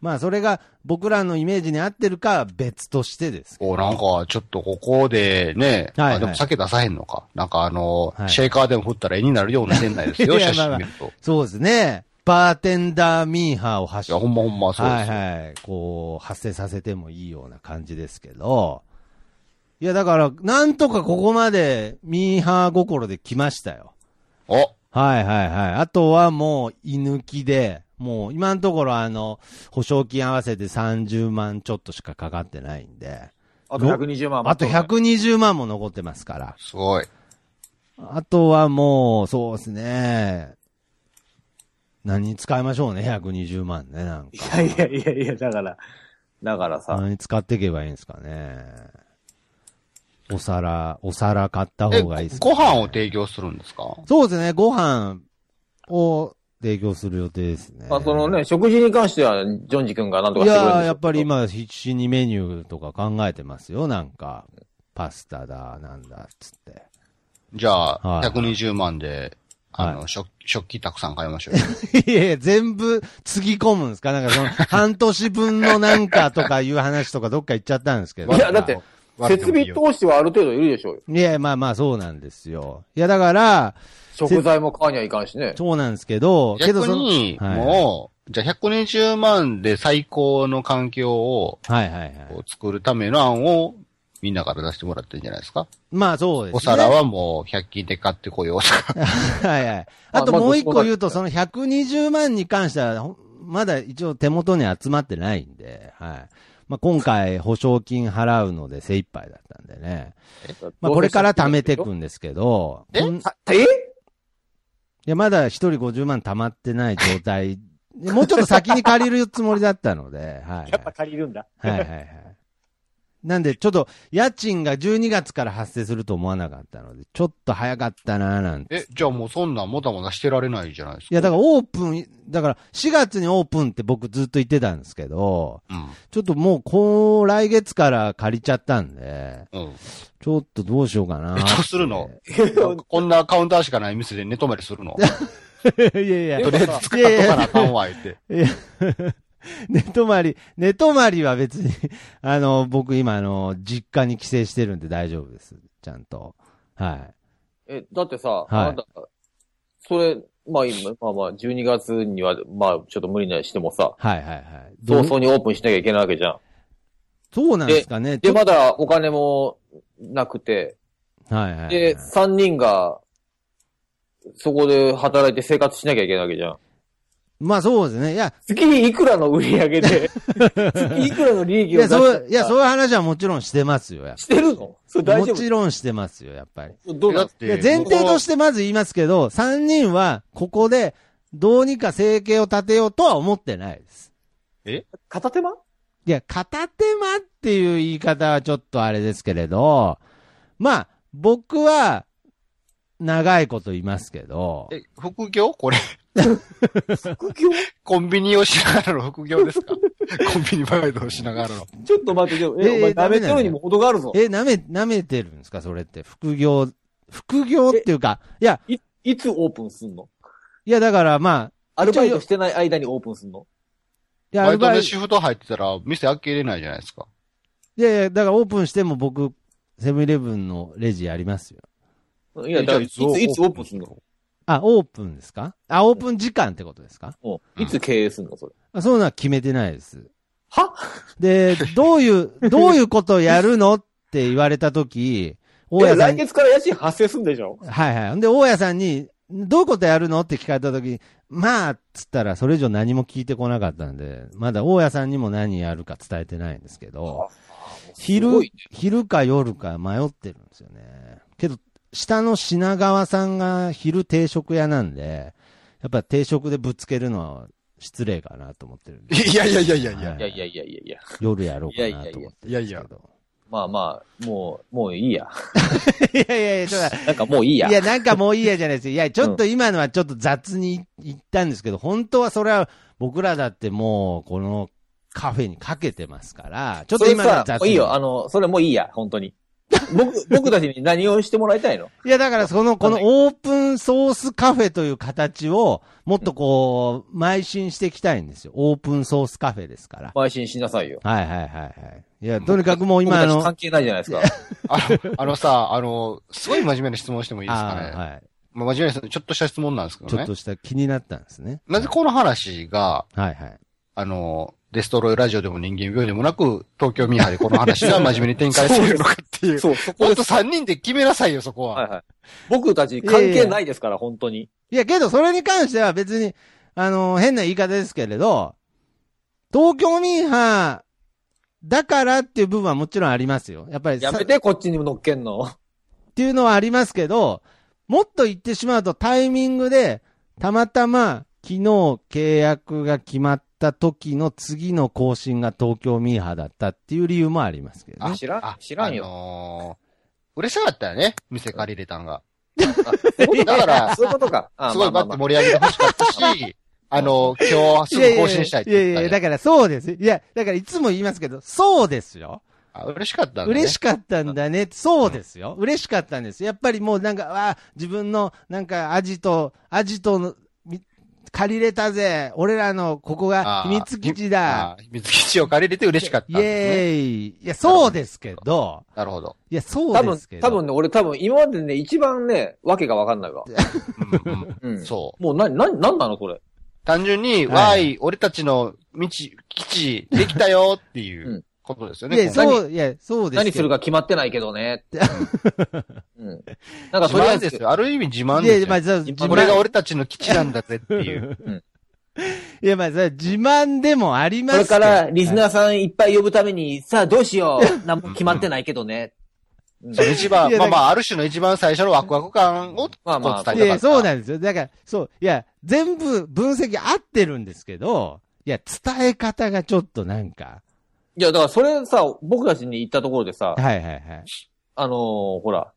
まあ、それが僕らのイメージに合ってるかは別としてですけど。お、なんか、ちょっとここでね、はいはいあでも酒出さへんのか。なんかあの、はいシェイカーでも振ったら絵になるような店内ですよ、 *laughs* いや写まあま真あ見ると。いそうですね。バーテンダーミーハーを発や、ほんまほんま、そうですよ。はいはい。こう、発生させてもいいような感じですけど、いや、だから、なんとかここまでミーハー心で来ましたよ。お、はいはいはい。あとはもう、居抜きで、もう今のところあの、保証金合わせて30万ちょっとしかかかってないんで、あと120万。あと。120万も残ってますから。すごい。あとはもう、そうですね。何に使いましょうね、120万ね、なんいか。やいやいやいや、だから、だからさ、何に使っていけばいいんですかね。お皿、お皿買ったえ、方ごがいいですか、ご飯を提供するんですかそうですね、ご飯を提供する予定ですね。まあそのね、、食事に関しては、ジョンジ君がなんとかいしてくれるんでしょうけやどーやっぱり。今必死にメニューとか考えてますよ、なんか。パスタだ、なんだ、つって。 *laughs* じゃあ、はい120万で、あの、は食、食器たくさん買いましょうよ。いやいや、全部つぎ込むんですかなん *laughs* かその、半年分のなんかとかいう話とかどっか行っちゃったんですけど。いや、だって、設備と投資はある程度いるでしょうよ。いや、まあまあそうなんですよ。いや、だから、食材も買わにはいかんしね。そうなんですけど、けど逆そのに、はいもう、じゃあ120万で最高の環境をはいはいはい。こう作るための案をみんなから出してもらってるんじゃないですかまあそうです、ね。お皿。はもう100均で買ってこようと *laughs* か。はいはい。あとまあもう一ま個あ言うと、その120万に関しては、ほんまだ一応手元に集まってないんで、はい。まあ今回保証金払うので精一杯だったんでね。まあこれから貯めていくんですけど、えこんいあえやまだ一人50万貯まってない状態もうちょっと先に借りるつもりだったので、はい。やっぱ借りるんだ。はいはいはい。 *laughs* なんで、ちょっと、家賃が12月から発生すると思わなかったので、ちょっと早かったなぁなんて。え、じゃあもうそんなんもたもたしてられないじゃないですか。いや、だからオープン、だから4月にオープンって僕ずっと言ってたんですけど、ちょっともう、こう、来月から借りちゃったんで、うん。うん。ちょっとどうしようかな。え、どうするのなん *laughs* かこんなカウンターしかない店で寝泊まりするの *laughs* いやいやとりあえず作ったとかなあかんわ、言って。いや、 *laughs* 寝泊まり、寝泊まりは別に、 *laughs* あの、僕今、あの、実家に帰省してるんで大丈夫です。ちゃんと。はい。え、だってさ、いあなた、それ、まあ今、まあまあ、12月には、まあ、ちょっと無理にしてもさ、はいはいはい。ど早う々にオープンしなきゃいけないわけじゃん。そうなんですかね。で、ちょまだお金もなくて、はいはいはい。で、3人が、そこで働いて生活しなきゃいけないわけじゃん。まあそうですね。いや、月にいくらの売り上げ *laughs* で、月いくらの利い益を出してや、そう、いや、そうう、いう話はもちろんしてますよ、やっしてるのそれぱ大り。丈もちろんしてますよ、やっぱり。夫どうだなっていや、前提とて。してまず言いますけど、3人は、ここで、どうにか生計を立てようとは思ってないです。片手間いや、片手間っていう言い方はちょっとあれですけれど、まあ、僕は、長いこと言いますけど、え、副業 *laughs* これ。副業 *laughs* コンビニをしながらの副業ですか *laughs* コンビニバイトをしながらの。ちょっと待って、でも、ええ、お前、えダダメメなてのよるにも程があるぞ。え、舐め、舐めてるんですかそれって。副業、副業っていうか、いや、いつオープンすんのいや、だからまあ、アルバイトしてない間にオープンすんのいや、アバルイトバイでト、シフト入ってたら店開けれないじゃないですか。いやいや、だからオープンしても僕、セブンイレブンのレジやりますよ。いや、だからいつ、いついつオープンするのあ、オープンですかあ、オープン時間ってことですかうんいつ経営するのそれ。あそういうのは決めてないです。はで、どういう、どういうことをやるのって言われたとき、大いや家さ来んに、月から家賃発生すんでしょはいはい。で、大家さんに、どういうことやるのって聞かれたとき、まあ、つったら、それ以上何も聞いてこなかったんで、まだ大家さんにも何やるか伝えてないんですけど、昼、すごいね昼か夜か迷ってるんですよね。けど、下の品川さんが昼定食屋なんで、やっぱ定食でぶつけるのは失礼かなと思ってるんで。いやいやいやいやいはや。いやいやいやいやいや。夜やろうかなと思ってるんですけど。いやいやいやいやいまあまあ、もう、もういいや。いやいやいや、ちょっと、なんかもういいや。いや、なんかもういいやじゃないですよ。いや、ちょっと今のはちょっと雑に言ったんですけど、本当はそれは僕らだってもう、このカフェにかけてますから、ちょっそとれ今のはさ雑、もうに。いいよ。あの、それもういいや、本当に。 *laughs* 僕、僕たちに何をしてもらいたいのいや、だからその、このオープンソースカフェという形を、もっとこう、邁進していきたいんですよ。オープンソースカフェですから。邁進しなさいよ。はいはいはいはい。いや、とにかくもう今あ僕の、たち関係ないじゃないですか。あの、あのさ、あの、すごい真面目な質問してもいいですかね。あーはい。まあ、真面目な、ちょっとした質問なんですけちどょっね。とした気になったんですね。なぜこの話が、はいはい。あの、デストロイラジオでも人間病でもなく、東京ミーハーでこの話が真面目に展開 *laughs* されるのかっていう。そう、そこほんでとす。 3人で決めなさいよ、そこは。はいはい。僕たち関係ないですから、本当に。いや、けど、それに関しては別に、あの変な言い方ですけれど、東京ミーハーだからっていう部分はもちろんありますよ。やっぱりさやめて、こっちにも乗っけんの。っていうのはありますけど、もっと言ってしまうとタイミングで、たまたま昨日契約が決まった時の次の更新が東京ミーハーだったっていう理由もありますけどね。知らんあ、知らんあよ。のー嬉しかったよね、店借りれた *laughs* んが。だだからそういうことか。あすごいまバあッまてあ盛り上げてほしかったし、あの、今日すぐ更新したいっていやいや言いったやいや、だんやからそうです。いや、だからいつも言いますけど、そうですよ。あ嬉しかったんだね。嬉しかったんだね。そうですよ。嬉しかったんです。やっぱりもうなんか、わあ、自分の、なんか、アジト、アジトの、み借りれたぜ。俺らの、ここがあー秘密基地だ。あー水基地を借りれて嬉しかったんイだエね。ーイ。いや、そうですけど、なるほど。いや、そ多うで分すけ、ど。多分ね、俺多分今までね、一番ね、わけがわかんないわ。うんうんうん。そう。もうな、な、なんなのこれ。単純に、はいわーい、俺たちの道、基地、できたよっていううんことですよいね。や、そう、いや、そうですけど。何するか決まってないけどね。 *laughs* うん。なんか自とりあえず慢で、すよ。ある意味自慢いですや、よ。まあ、そう自自慢これが慢、俺たちの基地なんだぜっていう。いや、まあ、そう自慢でもありまこれすけどからリスナーさんいっぱい呼ぶために、さあどうしよ *laughs* う。何も決まってないけどね。うんその一い番、やまだあからまあ、ある種の一番最初のワクワク感を、まあまあこう伝えたかったいや、そうなんですよ。だから、そう、いや、全部分析合ってるんですけど、いや、伝え方がちょっとなんか、いや、だからそれさ、僕たちに言ったところではさ、いはいはい。あのーほら、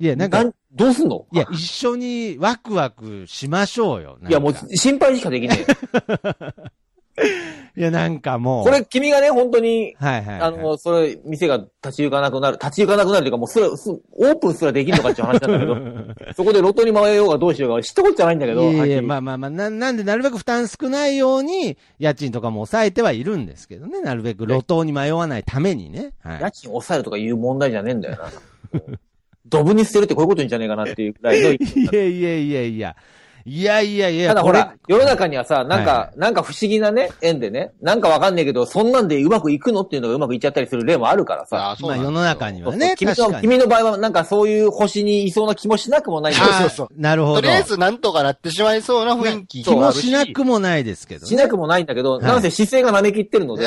いや、なんか、いんどうすんのや、一緒にワクワクしましょうよ。なんかいや、もう心配しかできねえ。いや、なんか *laughs* もう。これ、君がね、本当に、はいはい、はい。あの、それ、店が立ち行かなくなる、立ち行かなくなるというか、もうすら、す、オープンすらできるのかっていう話なんだけ *laughs* ど、そこでロトに迷ようがどうしようが、知ったことじゃないんだけど、いやいはっきや、りまあまあまあ、ななんで、なるべく負担少ないように、家賃とかも抑えてはいるんですけどね、なるべく路頭に迷わないためにね。は家賃抑えるとかいう問題じゃねえんだよな。 *laughs* ドブに捨てるってこういうこと言うんじゃねえかなっていうくらいの。い。いやいやいやいや。いやいやいや、ただほこられ、世の中にはさ、なんか、はなんか不思議なね、縁でね、なんかわかんねえけど、そんなんでうまくいくのっていうのがうまくいっちゃったりする例もあるからさ。あ、そうまあなん世だの中にそうはそうね、君確かのに。君の場合は、なんかそういう星にいそうな気もしなくもないんだけどあそうそうなるほど。とりあえずなんとかなってしまいそうな雰囲気気あもるしなくもないですけど、ね。しなくもないんだけど、いなんせ姿勢が舐めきってるので、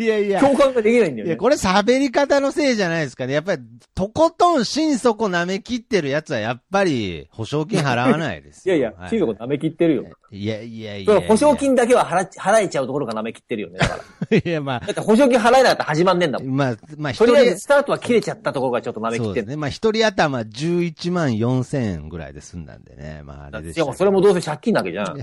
いやいや。共感ができないんだいよや、ね。これ喋り方のせいじゃないですかね。やっぱり、とことん心底舐め切ってるやつは、やっぱり、保証金払わないですいやよ。いやは、シーズ舐めきってるよ。いやいやいそやのいや。保証金だけは払っ払えちゃうところが舐めきってるよね。だから。いや、まあ、だって保証金払えなかったら始まんねえんだもん。まあ、まあ、一と人りあえず、スタートは切れちゃったところがちょっと舐めきそっうでてする。ね。まあ、一人頭11万4千ぐらいで済んだんでね。まあ、あれでいすや、もうそれもどうせ借金なわけじゃん。い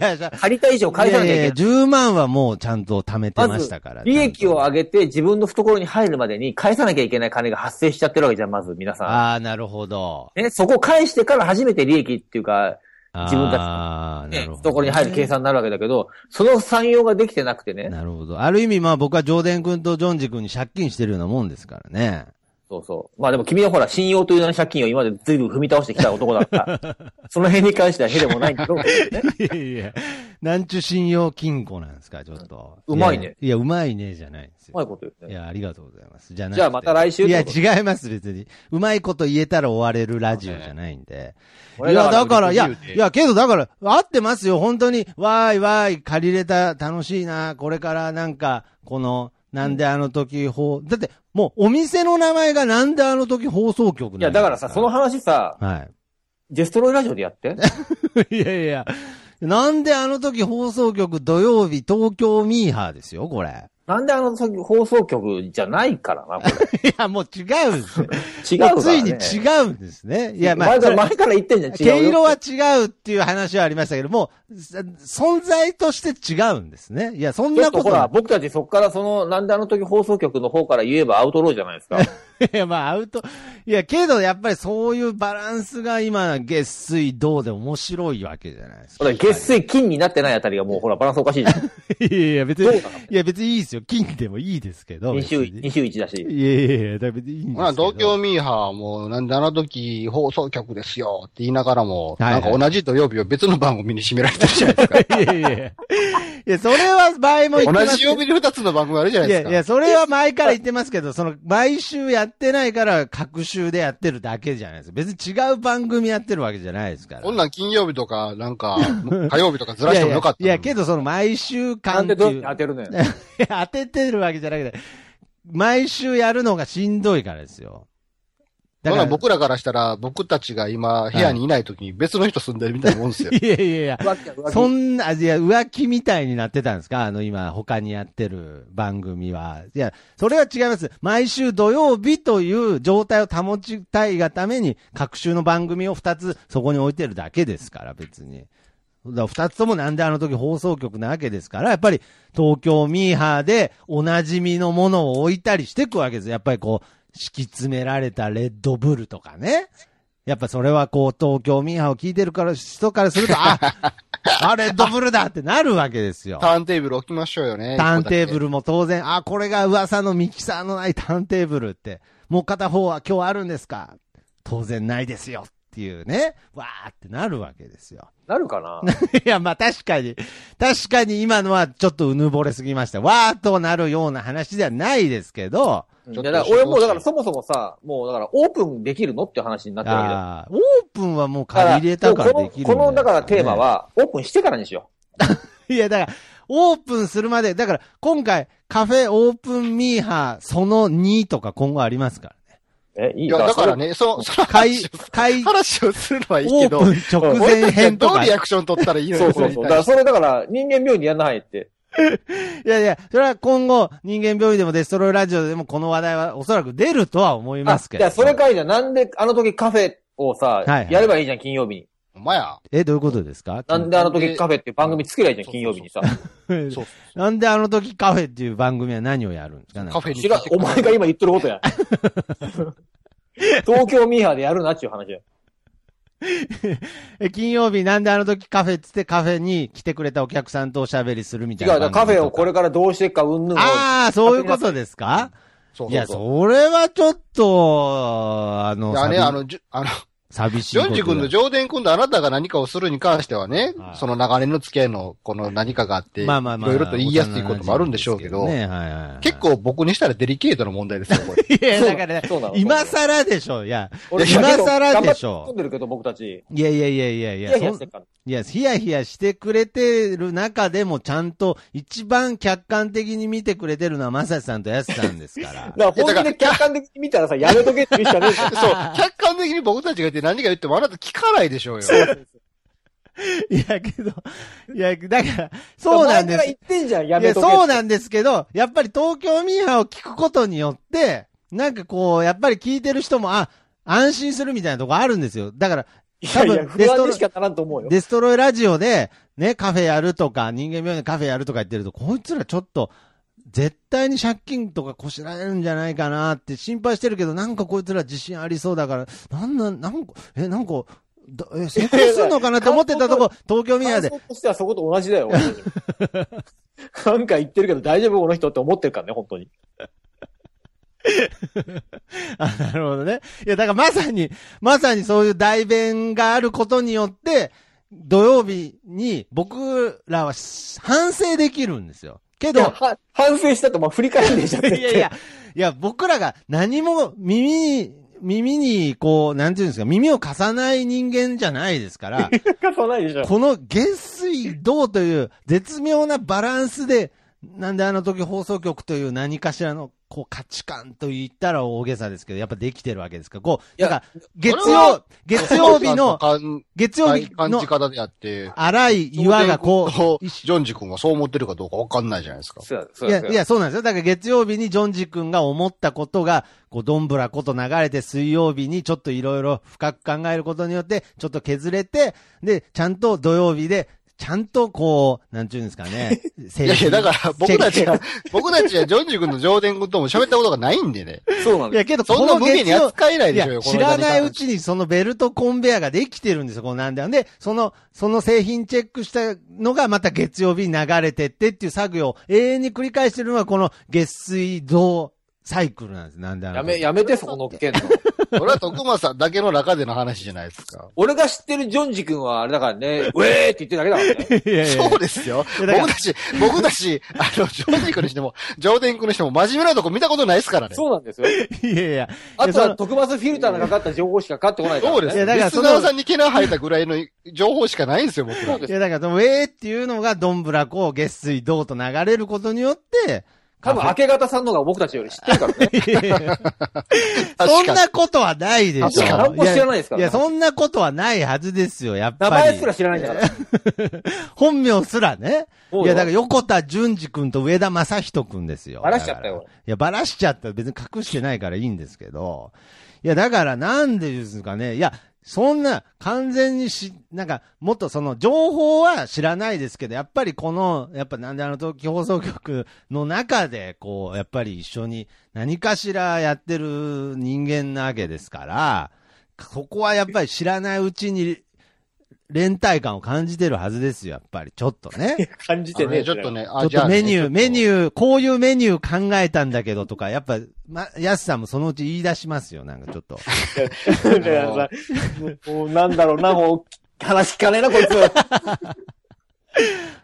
や、じゃ借りた以上あ、返さなきゃいけない。 10万はもうちゃんと貯めてまましずたから。、利益をげ上げて自分の懐に入るまでに返さなきゃいけない金が発生しちゃってるわけじゃん、まず皆さああ、なるほど。ん。ね、そこを返してから初めて利益っていうか、自分たちのああ、なね、るほど。懐に入る計算になるわけだけど、その産用ができてなくてね。なるほど。ある意味、まあ僕はジョーデン君とジョンジ君に借金してるようなもんですからね。そうそう。まあでも君はほら、信用という名の借金を今まで随分踏み倒してきた男 *laughs* だから、その辺に関してはへでもないけど、ね、いやいや、なんちゅう信用金庫なんですか、ちょっと。うまいねや。いや、うまいね、じゃないんですうまいよ。こと言ういね。や、ありがとうございます。じゃなくてじゃあまた来週いや、ってこと違います、別に。うまいこと言えたら終われるラジオじゃないんで。い俺や、だから、い自や、由いでや、けどだから、合ってますよ、本当に。わーいわーい、借りれた、楽しいな、これからなんか、この、なんであの時放、だって、もうお店の名前がなんであの時放送局なんいや、だからさ、その話。話さ、はい。デストロイラジオでや *laughs* って。いやいや。なんであの時放送局土曜日東京ミーハーですよ、これ。なんであの時放送局じゃないからな、これ。いや、もう違うんですね。 *laughs* 違うから、ね。つ *laughs* いに違うんですね。いや、まあ、前そかられ前から言ってんじゃん、違う毛よ。色は違うっていう話はありましたけど、もう、さ存在として違うんですね。いや、そんちょなっとこほとら、は。僕たちそっからその、なんであの時放送局の方から言えばアウトローじゃないですか。いや、まあ、アウト。いや、けど、やっぱりそういうバランスが今、月水銅で面白いわけじゃないです *laughs* ほか。ら、月水金になってないあたりがもうほら、バランスおかしいじゃん。いやいや、別どうに、ないや、別にいいですよ。金でもいいですけど。 2週、別に2週1だし。いやいやいや、だ別にいいんですけど。まあ、東京ミーハーはもう、なんであの時放送局ですよって言いながらも、はいはいなんか同じ土曜日を別の番組に占められてるじゃない *laughs* ですか。いやいやいや。いや、それは前も言ってま同す。じ曜日で二つの番組あるじゃないいでやすか。いや、それは前から言ってますけど、その、毎週やってないから、各週でやってるだけじゃないですか。別に違う番組やってるわけじゃないですから。こんなん金曜日とか、な *laughs* んか、火曜日とかずらしてもよかったいのやいや、いに。やけどその、毎週な間んってでどういうやって当てるのよ。いや当ててるわけじゃなくて、毎週やるのがしんどいからですよ。そんなん僕らからしたら、僕たちが今、部屋にいない時に別の人住んでるみたいなもんですよ。 *laughs* *laughs* いやいやいや、浮気や浮気そんな、いや、浮気みたいになってたんですかあの、今、他にやってる番組は。いや、それは違います。毎週土曜日という状態を保ちたいがために、各週の番組を2つそこに置いてるだけですから、別に。だ2つともなんであの時放送局なわけですから、やっぱり東京ミーハーでおなじみのものを置いたりしていくわけです。やっぱりこう、敷き詰められたレッドブルとかね。やっぱそれはこう、東京ミーハーを聞いてるから、人からすると、 *laughs* あ、あ、レッドブルだってなるわけですよ。ターンテーブル置きましょうよね。ターンテーブル。ルも当然、あ、これが噂のミキサーのないターンテーブルって、もう片方は今日あるんですか当然ないですよっていうね、わーってなるわけですよ。 *laughs* なるかないや、まあ確かに、確かに今のはちょっとうぬぼれすぎました。わーっとなるような話ではないですけど、いや、だから俺もうだからそもそもさ、もうだからオープンできるのって話になってるわけだよ。あーオープンはもう借り入れたからもうできるんこの、この、じゃだかないらですねテーマは、オープンしてからにしよ *laughs* いや、だから、オープンするまで、だから、今回、カフェオープンミーハーその2とか今後ありますからね。う。え、いいいや、だからね。ね、そう、 *laughs* その開話を、開、話をするのはいいオけーど、プン直俺前たちは編とどうか。いリアクション取ったらいいのそうよ、そこうれにそう。だから対して。それだから人間病院でやんないって。やいや、それは今後、人間病院でもデストロイラジオでもこの話題はおそらく出るとは思いあ、ますけじど。ゃあそれかいじゃん。なんであの時カフェをさ、いはいやればいいじゃん、金曜日に。お前や。え、どういうことですかなんであの時カフェっていう番組作りゃいいじゃん、金曜日にさ。そうなんであの時カフェっていう番組は何をやるんですかねカフェに知らん、お前が今言ってるこ *laughs* とや。東京ミーハーでやるなっちゅう話や。え金曜日なんであの時カフェっつってカフェに来てくれたお客さんとおしゃべりするみた違、いうなだからカフェをこれ番組とか。からどうしていくか、うんぬんを。ああ、そういうことですかそうそうそういや、それはちょっと、あの、いやね、寂あの、じゅあの、寂しいジことョンジ君の上田君とあなたが何かをするに関してはね、はいその長年の付き合いのこの何かがあって、まあまあまあ。いろいろと言いやすいこともあるんでしょうけど、ね、はいはいはい結。構僕にしたらデリケートな問題ですよ、これ。いや、だから、そうなの今更でしょ。いや、俺今更でし頑張っょて飲ん。でるけど、僕たち。いやいやいやいやいいや、やいやそしんてっから。。いや、ヒヤヒヤしてくれてる中でもちゃんと一番客観的に見てくれてるのはまさしさんとやすさんです *laughs* からだから本気で客観的に見たらさ、やめとけって言うしかねえじゃん。そう、客観的に僕たちが言って何が言ってもあなた聞かないでしょうよ。いやけど、いや、だから、 *laughs* そうなんでお前からす言。ってんじゃん、やいや、めとけって。そうなんですけど、やっぱり東京ミーハーを聞くことによって、なんかこう、やっぱり聞いてる人も、あ、安心するみたいなとこあるんですよ。だから、多いやいや、分、デ不スト安ロにしかならんと思うよ。デストロイラジオで、ね、カフェやるとか、人間病院でカフェやるとか言ってると、こいつらちょっと、絶対に借金とかこしられるんじゃないかなって心配してるけど、なんかこいつら自信ありそうだから、なんなん、なんか、え、なんか、だえ、成功するのかなって思ってたとこ、東京ミーハー感で、想としてはそこと同じだよ、俺 *laughs* たちもなんか言ってるけど大丈夫この人って思ってるからね、本当に。 *laughs* あ、なるほどね。いや、だからまさに、まさにそういう代弁があることによって、土曜日に僕らは反省できるんですよ。けいやど、は反省したと、まあ、振り返んねえじゃん。いやいやい *laughs* や、いや、僕らが何も耳に、耳に、こう、なんていうんですか、耳を貸さない人間じゃないですから、や。さないでしょ。この下水道という絶妙なバランスで、なんであの時放送局という何かしらの、こう価値観と言ったら大げさですけど、やっぱできてるわけですから、こう、いなやんか、月それは曜、月曜日の、感月曜感日感じの方であって、荒い岩がこう、ジョンジ君はそう思ってるかどうかわかんないじゃないですか。そういや、いや、そうなんですよ。だから月曜日にジョンジ君が思ったことが、こう、どんぶらこと流れて、水曜日にちょっといろいろ深く考えることによって、ちょっと削れて、で、ちゃんと土曜日で、ちゃんとこう、なんちゅうんですか *laughs* ね。いいやいや、だから僕たちは、僕たちはジョンジ君の上田君とも喋ったことがないんでね。そうなんいや、けど、*laughs* そこんなの無理月に曜、扱えないいでしょうや、よ、知らないうち。ちにそのベルトコンベアができてるんですよ、このなんで。で、その、その製品チェックしたのがまた月曜日に流れてってっていう作業を永遠に繰り返してるのがこの月水道サイクルなんです、なんであのやめ、やめて、そこ乗っ *laughs* けんの。それは徳間さんだけの中での話じゃないですか。俺が知ってるジョンジ君はあれだからね、ウェーって言ってるだけだからね。いやいやいやそうですよ。いやだから僕たち、僕たち、あの、ジョージ君にしても、ジョーデン君にしても、真面目なとこ見たことないですからね。そうなんですよ。いやいや。あといやそはの特マスフィルターのかかった情報しかかかってこないから、ね。そうですいやよ。だからリそスのナーさんに毛が生えたぐらいの情報しかないんですよ、僕ら。そうでいすや、だから、そのウェーっていうのが、どんぶらこう、月水道と流れることによって、多分明け方さんの方が僕たちより知ってるからね。いやいやそん確かに。なことはないでしょ。確かに何も知らないですからいや、いやそんなことはないはずですよ、やっぱ名り。前すら知らないんだから。本名すらね。そうよいや、だから横田淳二君と上田正人君ですよ。バラしちゃったよだからいや、バラしちゃった。別に隠してないからいいんですけど。いや、だからなんでですかね。いや、そんな、完全にし、なんか、もっとその、情報は知らないですけど、やっぱりこの、やっぱなんであの時放送局の中で、こう、やっぱり一緒に何かしらやってる人間なわけですから、ここはやっぱり知らないうちに連帯感を感じてるはずですよ、やっぱり。ちょっとね。 *laughs* 感じあてのねえねちょっと。ね、ちょあ、っじゃとあメね、ニュー、メニー。ュー、こういうメニュー考えたんだけどとか、やっぱ、ま、やすさんもそのうち言い出しますよ、なんかちょっと。だからさ、もうなんだろうな、もう、話聞かねえな、こ *laughs* いつ。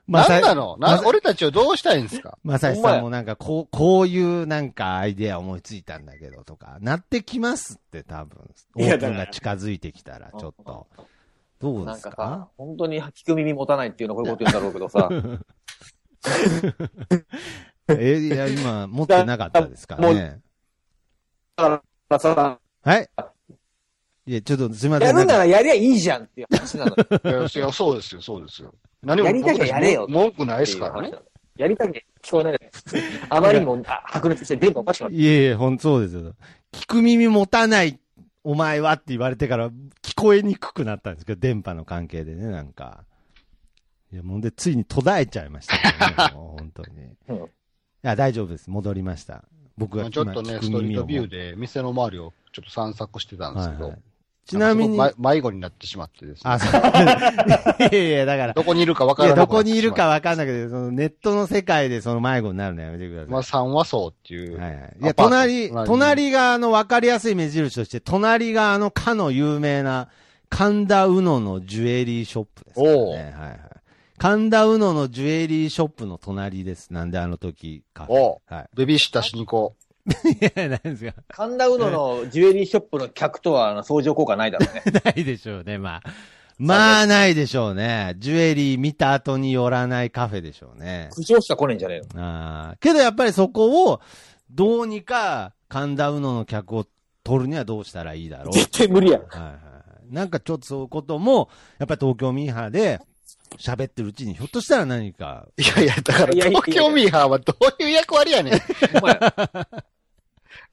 まなさんなのなまさ俺たちをどうしたいんですかまさしほんまさんやもなんか、こう、こういうなんかアイデア思いついたんだけどとか、なってきますって多分、オいやーだかプらンが近づいてきたら、ちょっと。どうなでんすかかさ、本当に聞く耳持たないっていうのはこういうこと言うんだろうけどさ、え、いや、今、持ってなかったですからね。だからさ、はい。いや、ちょっとすみません。 *laughs* やるななんからやりゃいいじゃんっていう話なの。いや、いやそうですよ、そうですよ。何もやりたきゃやれよ僕たち文句ないですからね。やりたくて聞こえ *laughs* ないです。あまりにも、あ、白熱して電波おかしくなっていえいえ、ほんそうですよ。聞く耳持たない、お前はって言われてから、聞こえにくくなったんですけど、電波の関係でね、なんか。いや、もんで、ついに途絶えちゃいましたけどね、もう本 *laughs* 当に。うんいや、大丈夫です。戻りました。僕がまあ今ちょっとね、聞スくトリー耳トをビューで店の周りをちょっと散策してたんですけはいどはい、ちなみに、んかすごく迷迷子になってしまってですねあ、。そう。い *laughs* やいや、だから、どこにいるか分かいらや、などくなこってしまうにいるか。わかんないけど、そのネットの世界でその迷子になるのやめてください。まあ、三和層っていう。はいはい。いや、アパート隣、隣があの、わかりやすい目印として、隣があの、かの有名な、神田うののジュエリーショップですからね。おうはいはい。神田うののジュエリーショップの隣です。なんであの時か。おうはベビーシッターしに行こい。いや、 *laughs* ないですか。神田うののジュエリーショップの客とはあの相乗効果ないだ *laughs* ろうね。ないでしょうね、まあ。まあ、ないでしょうね。ジュエリー見た後に寄らないカフェでしょうね。苦情しか来ねえんじゃねえの。ああ。けどやっぱりそこを、どうにか、神田うのの客を取るにはどうしたらいいだろう。絶対無理や。はいはいはい。なんかちょっとそういうことも、やっぱり東京ミーハーで喋ってるうちに、ひょっとしたら何か、う。いやいや、だからいやいやいや東京ミーハーはどういう役割やねん。お前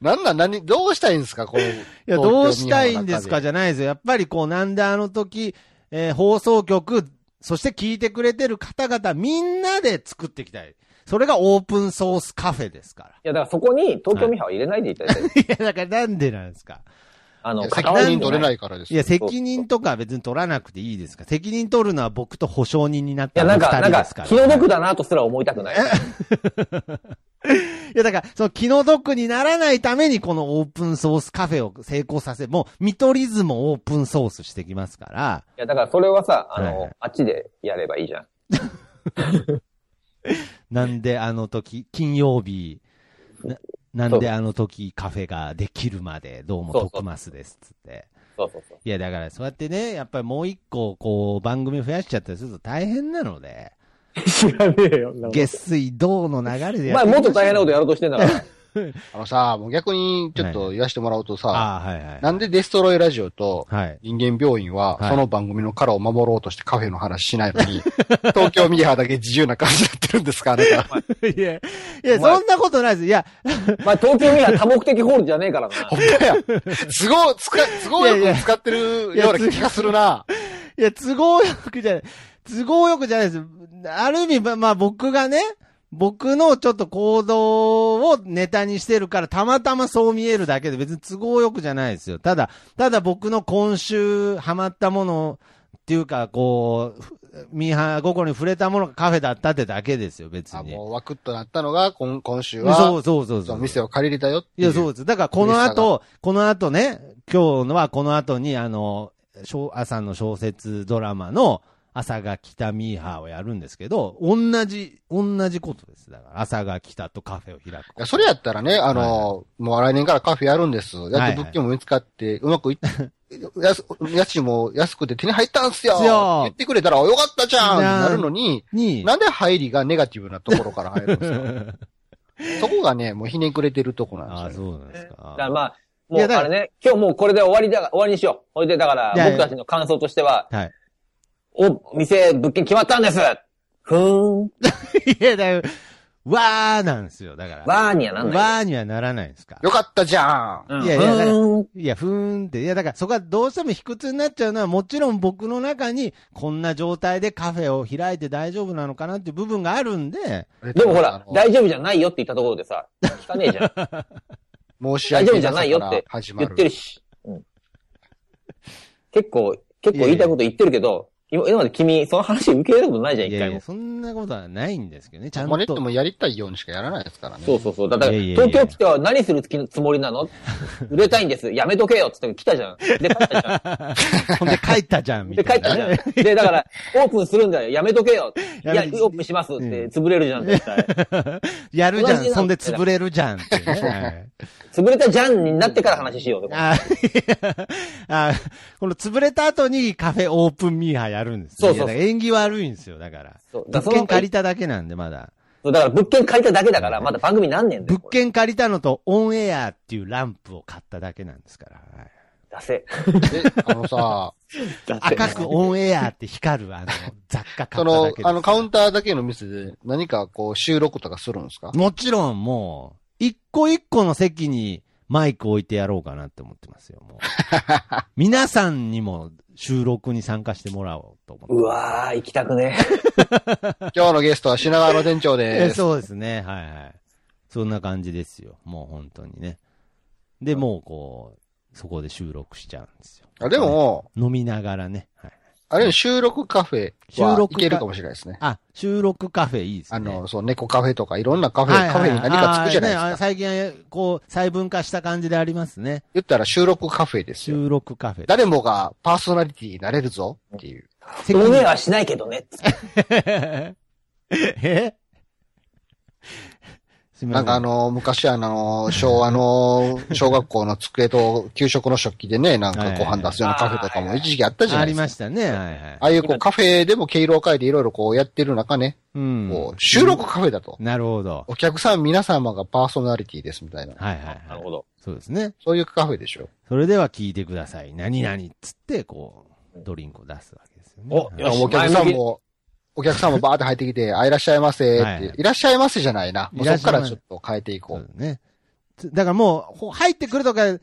なんなん、何、どうしたいんですか、この。いいや、どうしたいんですかじゃないですよ。やっぱりこう、なんであの時、えー放送局、そして聞いてくれてる方々、みんなで作っていきたい。それがオープンソースカフェですから。いや、だからそこに東京ミハを入れないでい *laughs* ただいて、 *laughs* いや、だからなんでなんですかあの、責任取れないからですいよ。や、責任とか別に取らなくていいですか責任取るのは僕と保証人になっいや、たなん二か、な人んですかか、ら。気の毒だなとすら思いたくない。いや、だから、その気の毒にならないために、このオープンソースカフェを成功させ、もう、見取り図もオープンソースしてきますから、いや、だからそれはさ、あはいはのい、あっちでやればいいじゃん。なんであの時、金曜日、ななんであの時カフェができるまで、どうもそうそう徳マスです、つって。そうそうそう。いや、だから、そうやってね、やっぱりもう一個、こう、番組増やしちゃったりすると大変なので、 *laughs* 知らねえよ。月水銅の流れでまあ、ってもっといきましょう大変なことやろうとしてんだから。 *laughs* あのさ、もう逆にちょっと言わせてもらうとさ、ああ、はいはい。なんでデストロイラジオとはい。人間病院ははいその番組のカラーを守ろうとしてカフェの話しないの *laughs* に、東京ミーハーだけ自由な感じになってるんですか、あなた。 *laughs* いや、いや、そんなことないです。いや、まあ、東京ミハ多目的ホールじゃねえから *laughs* な。ほんまや。都合、使、都合いやよいくや使ってるような気がするな。いや、都合よくじゃない。都合よくじゃないです。ある意味、ままあ僕がね、僕のちょっと行動をネタにしてるから、たまたまそう見えるだけで別に都合よくじゃないですよ。ただ、ただ僕の今週ハマったものっていうか、こうふ、ミーハー心に触れたものがカフェだったってだけですよ、別あに。もうワクッとなったのが、今今週は、そうそうそうそそうう。店を借りれたよっていいう。や、そうです。だから、この後、この後ね、今日のはこの後に、あの、小朝の小説ドラマの、朝が来たミーハーをやるんですけど、同じ、同じことです。だから、朝が来たとカフェを開いやく。それやったらね、あの、はいもう来年からカフェやるんです。やはっいと物件も見つかって、うまくいっ *laughs* やす家賃も安くて手に入ったんすよすよ言ってくれたら、よかったじゃんじゃんなるのに、に、なんで入りがネガティブなところから入るんです *laughs* よ。そこがね、もうひねくれてるとこあなんあ、ですそうよね。なんですだからか。まあ、いもうやだかあられね、今日もうこれで終わりだが、終わりにしよう。ほいで、だかいやら、いや僕たちの感想としては、はい。 *laughs* お、店、物件決まったんですふーん、いや、だよ、わーなんですよ。だから、わーにはなんない。わーにはならないんですか。よかったじゃんうんいやいやだからふーんいや、ふーんって。いや、だから、そこはどうしても卑屈になっちゃうのは、もちろん僕の中に、こんな状態でカフェを開いて大丈夫なのかなっていう部分があるんで、でもほらあ、の大丈夫じゃないよって言ったところでさ、聞かね *laughs* えじゃん。申し訳大丈夫じゃないよってなさから始ま言ってるし。うん結構、結構言いたいこと言ってるけど、今今まで君、その話受け入れたことないじゃん、い一や回いや、も。そんなことはないんですけどね、ちゃんもうねってと。もやりたいようにしかやらないですからね。そうそうそう。だから、いやいやいや東京来ては何するつもりなの売れたいんです。やめとけよっつって来たじゃん。で、帰っ *laughs* たじゃほんで書いたじゃん、ん。みで、た帰っいたなじね、ゃん。で、だから、オープンするんだよ。やめとけよ。いややめ、オープンしますって、潰れるじゃん、絶対。やるじ同ゃ、じなんんそんで潰れるじゃんっていう *laughs* ね。潰れたじゃんになってから話しようとか。あーあー、この潰れた後にカフェオープンミーハーやるんですねそうそいやうだから縁起悪いんですよ、だから。そう物だからその件借りただけなんで、まだ。だから物件借りただけだから、まだ番組何年だよ。物件借りたのとオンエアっていうランプを買っただけなんですから。はい出せ。え、あのさ、赤くオンエアって光 *laughs* る、あの、雑貨 *laughs* 買そっただのけで、すあの、カウンターだけの店で何かこう収録とかするん *laughs* ですかもちろんもう、一個一個の席にマイク置いてやろうかなって思ってますよ、 *laughs* もう。皆さんにも収録に参加してもらおうと思って。うわー、行きたくね。今日のゲストは品川の店長えです。そうですね、はいはい。そんな感じですよ、もう本当にね。で、もうこう、そこで収録しちゃうんですよ。あでも、飲みながらね。はい、あれ収録カフェ収は録行かけるかもしれないですね。あ、収録カフェいいですね。あの、そう、猫カフェとかいろんなカフはいはいはい、ェ、カフェに何かつくじゃないですあーねあーか。最近は、こう、細分化した感じでありますね。言ったら収録カフェですよ。収録カフェ。誰もがパーソナリティになれるぞっていう。責任オンエアはしないけどね。 *laughs* えすみませなんん。かあの、昔あの、昭和の小学校の机と給食の食器でね、なんかご飯出すようなカフェとかも一時期あったじゃあないりですか。ましたね。はいはいあ。あいうこうカフェでも毛色を変えていろいろこうやってる中ね、うん。こう収録カフェだと。なるほど。お客さん皆様がパーソナリティですみたいな。はいはいはい。なるほど。そうですね。そういうカフェでしょ。それでは聞いてください。何々っつって、こう、ドリンクを出すわけですよね。おはいよしお客さん前向も、お客さんもバーって入って *laughs* きて、あ、いらっしゃいませって、はいいはいらっしゃいませじゃないな。もいうそらっっしゃかいまらせちょっと変えていこそうう。ですね。つだからもうほ、入ってくるとか、来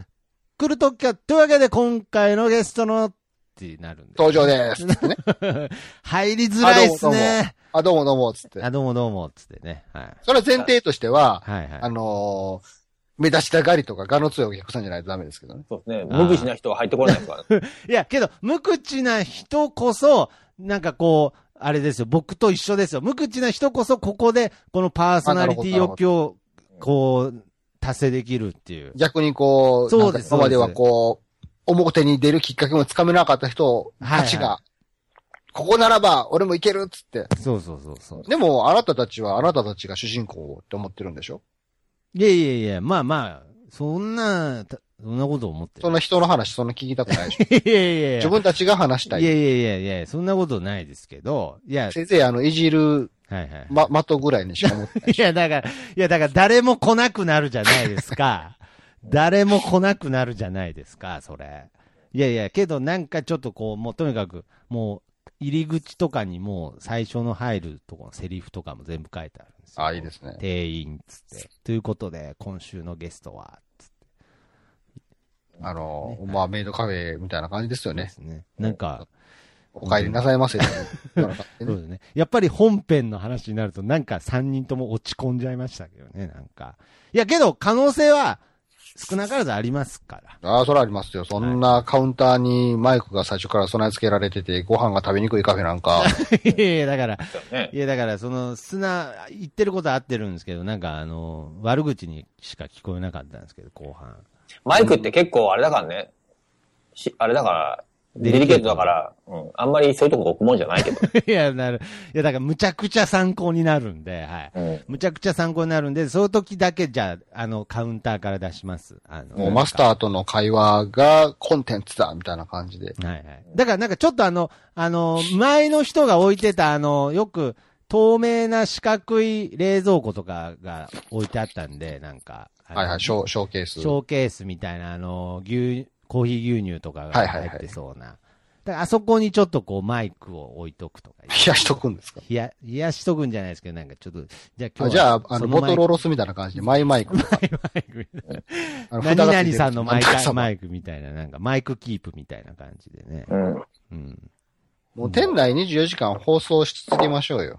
るときは、というわけで今回のゲストの、ってなるんで。登 *laughs* 場です。つってね。入りづらいっすね。あ、どうもどうも、つって。あ、どうもどうも、っつってね。はい。それは前提としては、はいはい。あのー目立ちたがりとか、がの強いお客さんじゃないとダメですけどね。そうですね。あー無口な人は入ってこれないですからね。いや、けど、無口な人こそ、なんかこう、あれですよ、僕と一緒ですよ。無口な人こそ、ここで、このパーソナリティ欲求を、こう、達成できるっていう。逆にこう、そうですなんか今まではそうですこう、表に出るきっかけもつかめなかった人たちが、はいはここならば俺もいけるっつって。そうそうそうそう。でも、あなたたちはあなたたちが主人公って思ってるんでしょいやいやいや、まあまあ、そんな、たそんなこと思ってそんない。な人の話、そんな聞きたくないでしょ *laughs* いやいやいや。自分たちが話したいやい。いやいやいやいや、そんなことないですけど、いや、せいぜい、あの、いじる、はいはい。ま、的ぐらいにしか思ってない。いや、だから、いや、だから誰も来なくなるじゃないです *laughs* か。誰も来なくなるじゃないですか、それ。いやいや、けどなんかちょっとこう、もうとにかく、もう、入り口とかにもう最初の入るとこのセリフとかも全部書いてあるんですよ。ああ、いいで *laughs* すね。定員っつって。ということで、今週のゲストは、つってあの、まあ、メイドカフェみたいな感じですよでね。すね。なんか、お帰りなさい *laughs* ませ。そうですね。やっぱり本編の話になると、なんか3人とも落ち込んじゃいましたけどね、なんか。いや、けど可能性は少なからずあります *laughs* から。ああ、それありますよ。そんなカウンターにマイクが最初から備え付けられてて、ご飯が食べにくいカフェなんか、いやいや、だから、ねいや、だから、その、砂、言ってることは合ってるんですけど、なんか、あの、悪口にしか聞こえなかったんですけど、後半。 *laughs* *laughs* マイクって結構あれだからね。しあれだから、デリケートだから、うん。あんまりそういうとこ置くもんじゃないけど。いや、なる。いや、だから、むちゃくちゃ参考になるんで、はい。 *laughs* うん。むちゃくちゃ参考になるんで、その時だけ、じゃあ、あの、カウンターから出します。あの、もうマスターとの会話がコンテンツだ、みたいな感じで。はいはい。だからなんかちょっとあの、あの、前の人が置いてたあの、よく透明な四角い冷蔵庫とかが置いてあったんで、なんか。あのはいはい、ショーショーケーシ。スョーケースみたいな、あの、牛、コーヒー牛乳とかがはいはいは入いってそうな。だからあそこにちょっとこうマイクを置いとくとか。冷やしとくんですか冷や、冷やしとくんじゃないですけど、なんかちょっと、じゃあ今日あはじゃあ、あの、そボマトイクロロスみたいな感じで、マイマ *laughs* イクとか。マイクあの何々さんのマイ札がついてク、るマイクみたいな、なんかマイクキープみたいな感じでね。うん。うん。もう店内24時間放送し続けましょうよ。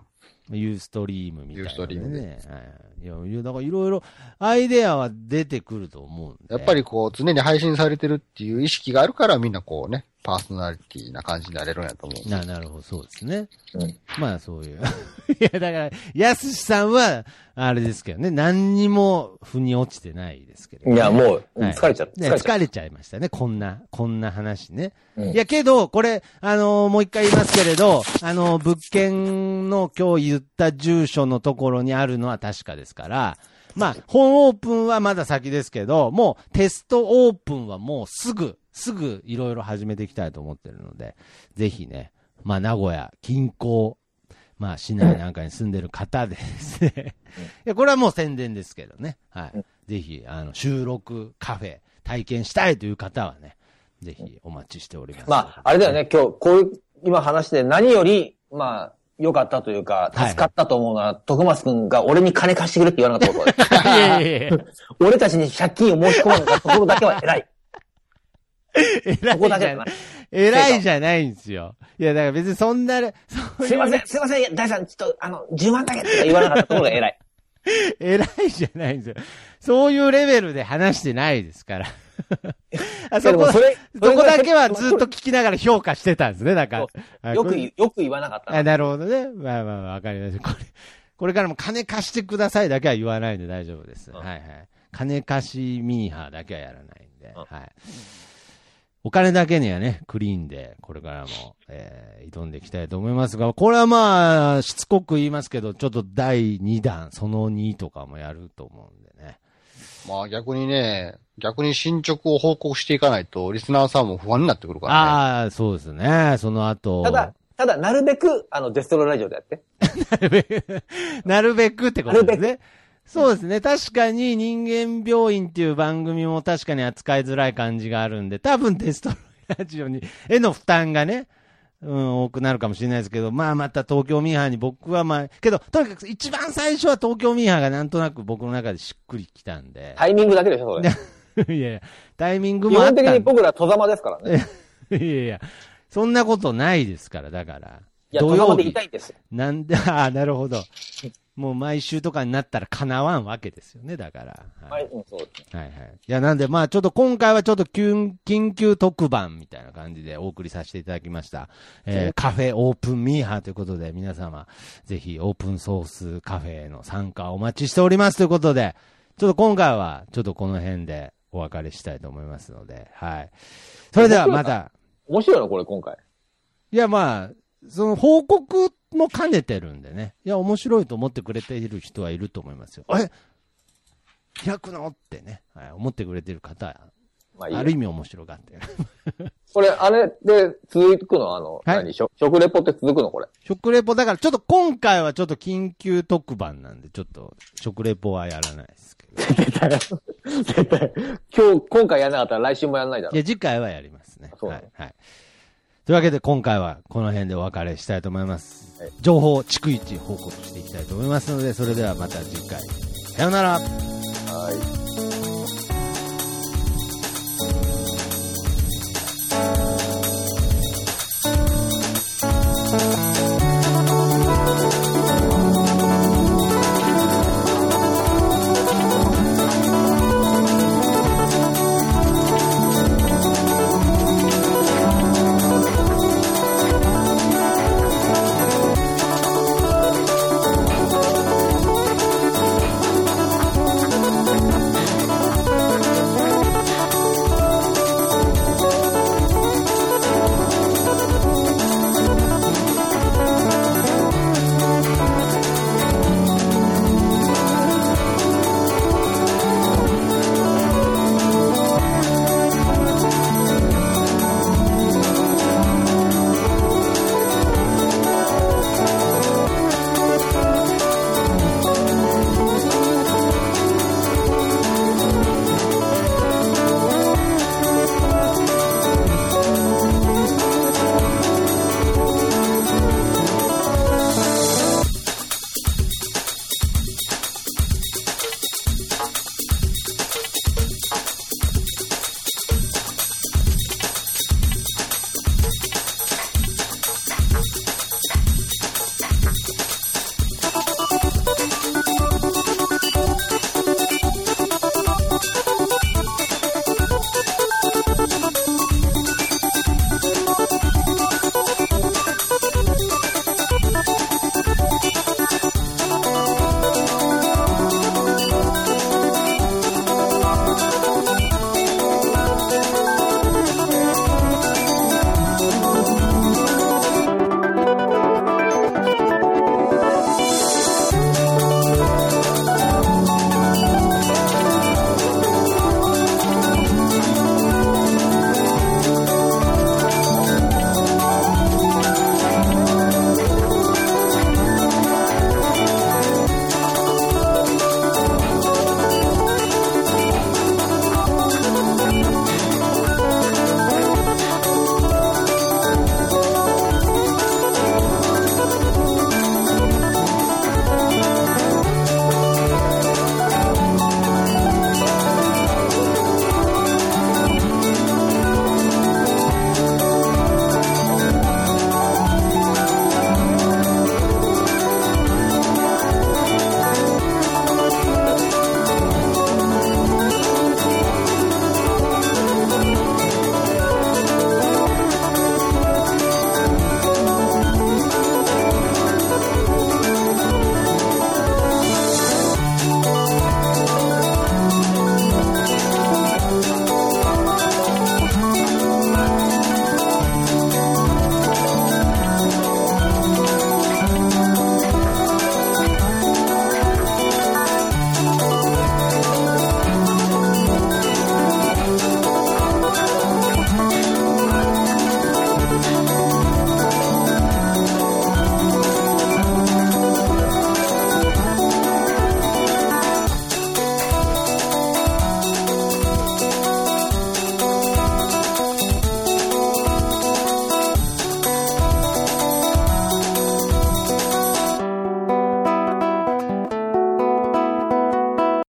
ユーストリームみたいな、ね。ユーストリームではい。いやいや、だからいろいろアイデアは出てくると思うんで。やっぱりこう、常に配信されてるっていう意識があるから、みんなこうね、パーソナリティな感じになれるんやと思う。な、なるほど、そうですね。うんまあ、そう *laughs* いう。いや、だから、やすしさんは、あれですけどね、何にも、腑に落ちてないですけど、ね。いや、もう、はい疲れちゃった。ね疲れちゃっ疲れちゃいましたね、こんな、こんな話ね。うんいや、けど、これ、あのーもう一回言いますけれど、あのー物件の今日言った住所のところにあるのは確かですから、まあ、本オープンはまだ先ですけど、もうテストオープンはもうすぐ、すぐいろいろ始めていきたいと思ってるので、ぜひね、まあ、名古屋近郊、まあ、市内なんかに住んでる方でですね。いや、これはもう宣伝ですけどね。はい。ぜひ、あの、収録カフェ体験したいという方はね、ぜひお待ちしております。まあ、あれだよね、今日、こういう、今話で何より、まあ、良かったというか、はい助かったと思うのは、徳松くんが俺に金貸してくれって言わなかったことだ *laughs* よいやいやいや。 *laughs* 俺たちに借金を申し込まなかったところだけは偉い。偉そ *laughs* こだいけじだゃなない。偉いじゃないんですよ。いや、だから別にそんな、そうすいいうません、すいませんいや、大さん、ちょっと、あの、10万だけとか言わなかったところが偉い。偉いじゃないんですよ。そういうレベルで話してないですから。あそでこも、それ、そそれこぐらいだけはずっと聞きながら評価してたんですね、だかそら。よく言言、よく言わなかったあ、な。なるほどね。まあまあまあ、わかりました。これ、これからも金貸してくださいだけは言わないんで大丈夫です。んはいはい。金貸しミーハーだけはやらないんで、んはい。お金だけにはね、クリーンで、これからも、えー挑んでいきたいと思いますが、これはまあ、しつこく言いますけど、ちょっと第2弾、その2とかもやると思うんでね。まあ逆にね、逆に進捗を報告していかないと、リスナーさんも不安になってくるからね。ああ、そうですね。その後。ただ、ただ、なるべく、あの、デストロラジオでやって。なるべく、 *laughs* なるべくってことですね。そうですね。確かに人間病院っていう番組も確かに扱いづらい感じがあるんで、多分テストラジオに、への負担がね、うん、多くなるかもしれないですけど、まあまた東京ミーハーに僕はまあ、けど、とにかく一番最初は東京ミーハーがなんとなく僕の中でしっくりきたんで。タイミングだけでしょ、それ。 *laughs* い。やいや、タイミング基もあっ本た的んにで。僕ら、戸様ですからね。いやいや、そんなことないですから、だから。いや、戸様でいたいんです。なんで、 *laughs* ああ、なるほど。もう毎週とかになったら叶わんわけですよね、だから。は、はいい、うん、そうですね。はい、はい。いや、なんで、まあ、ちょっと今回はちょっと緊緊急特番みたいな感じでお送りさせていただきました。えーカフェオープンミーハーということで、皆様、ぜひオープンソースカフェへの参加お待ちしておりますということで、ちょっと今回は、ちょっとこの辺でお別れしたいと思いますので、はい。それではまた、面白いの、これ、今回。いや、まあ、その報告も兼ねてるんでね。いや、面白いと思ってくれている人はいると思いますよ。え開くのってね、はい、思ってくれてる方は、まあいいあやる意味面白がってる。これ、あれで続くのあの、何食食レポって続くのこれ。食レポ、だからちょっと今回はちょっと緊急特番なんで、ちょっと食レポはやらないですけど。絶対。今日、今回やんなかったら来週もやんないだいろう。や、次回はやりますね。そうはい。はい。というわけで今回はこの辺でお別れしたいと思います。はい情報を逐一報告していきたいと思いますので、それではまた次回。さようなら。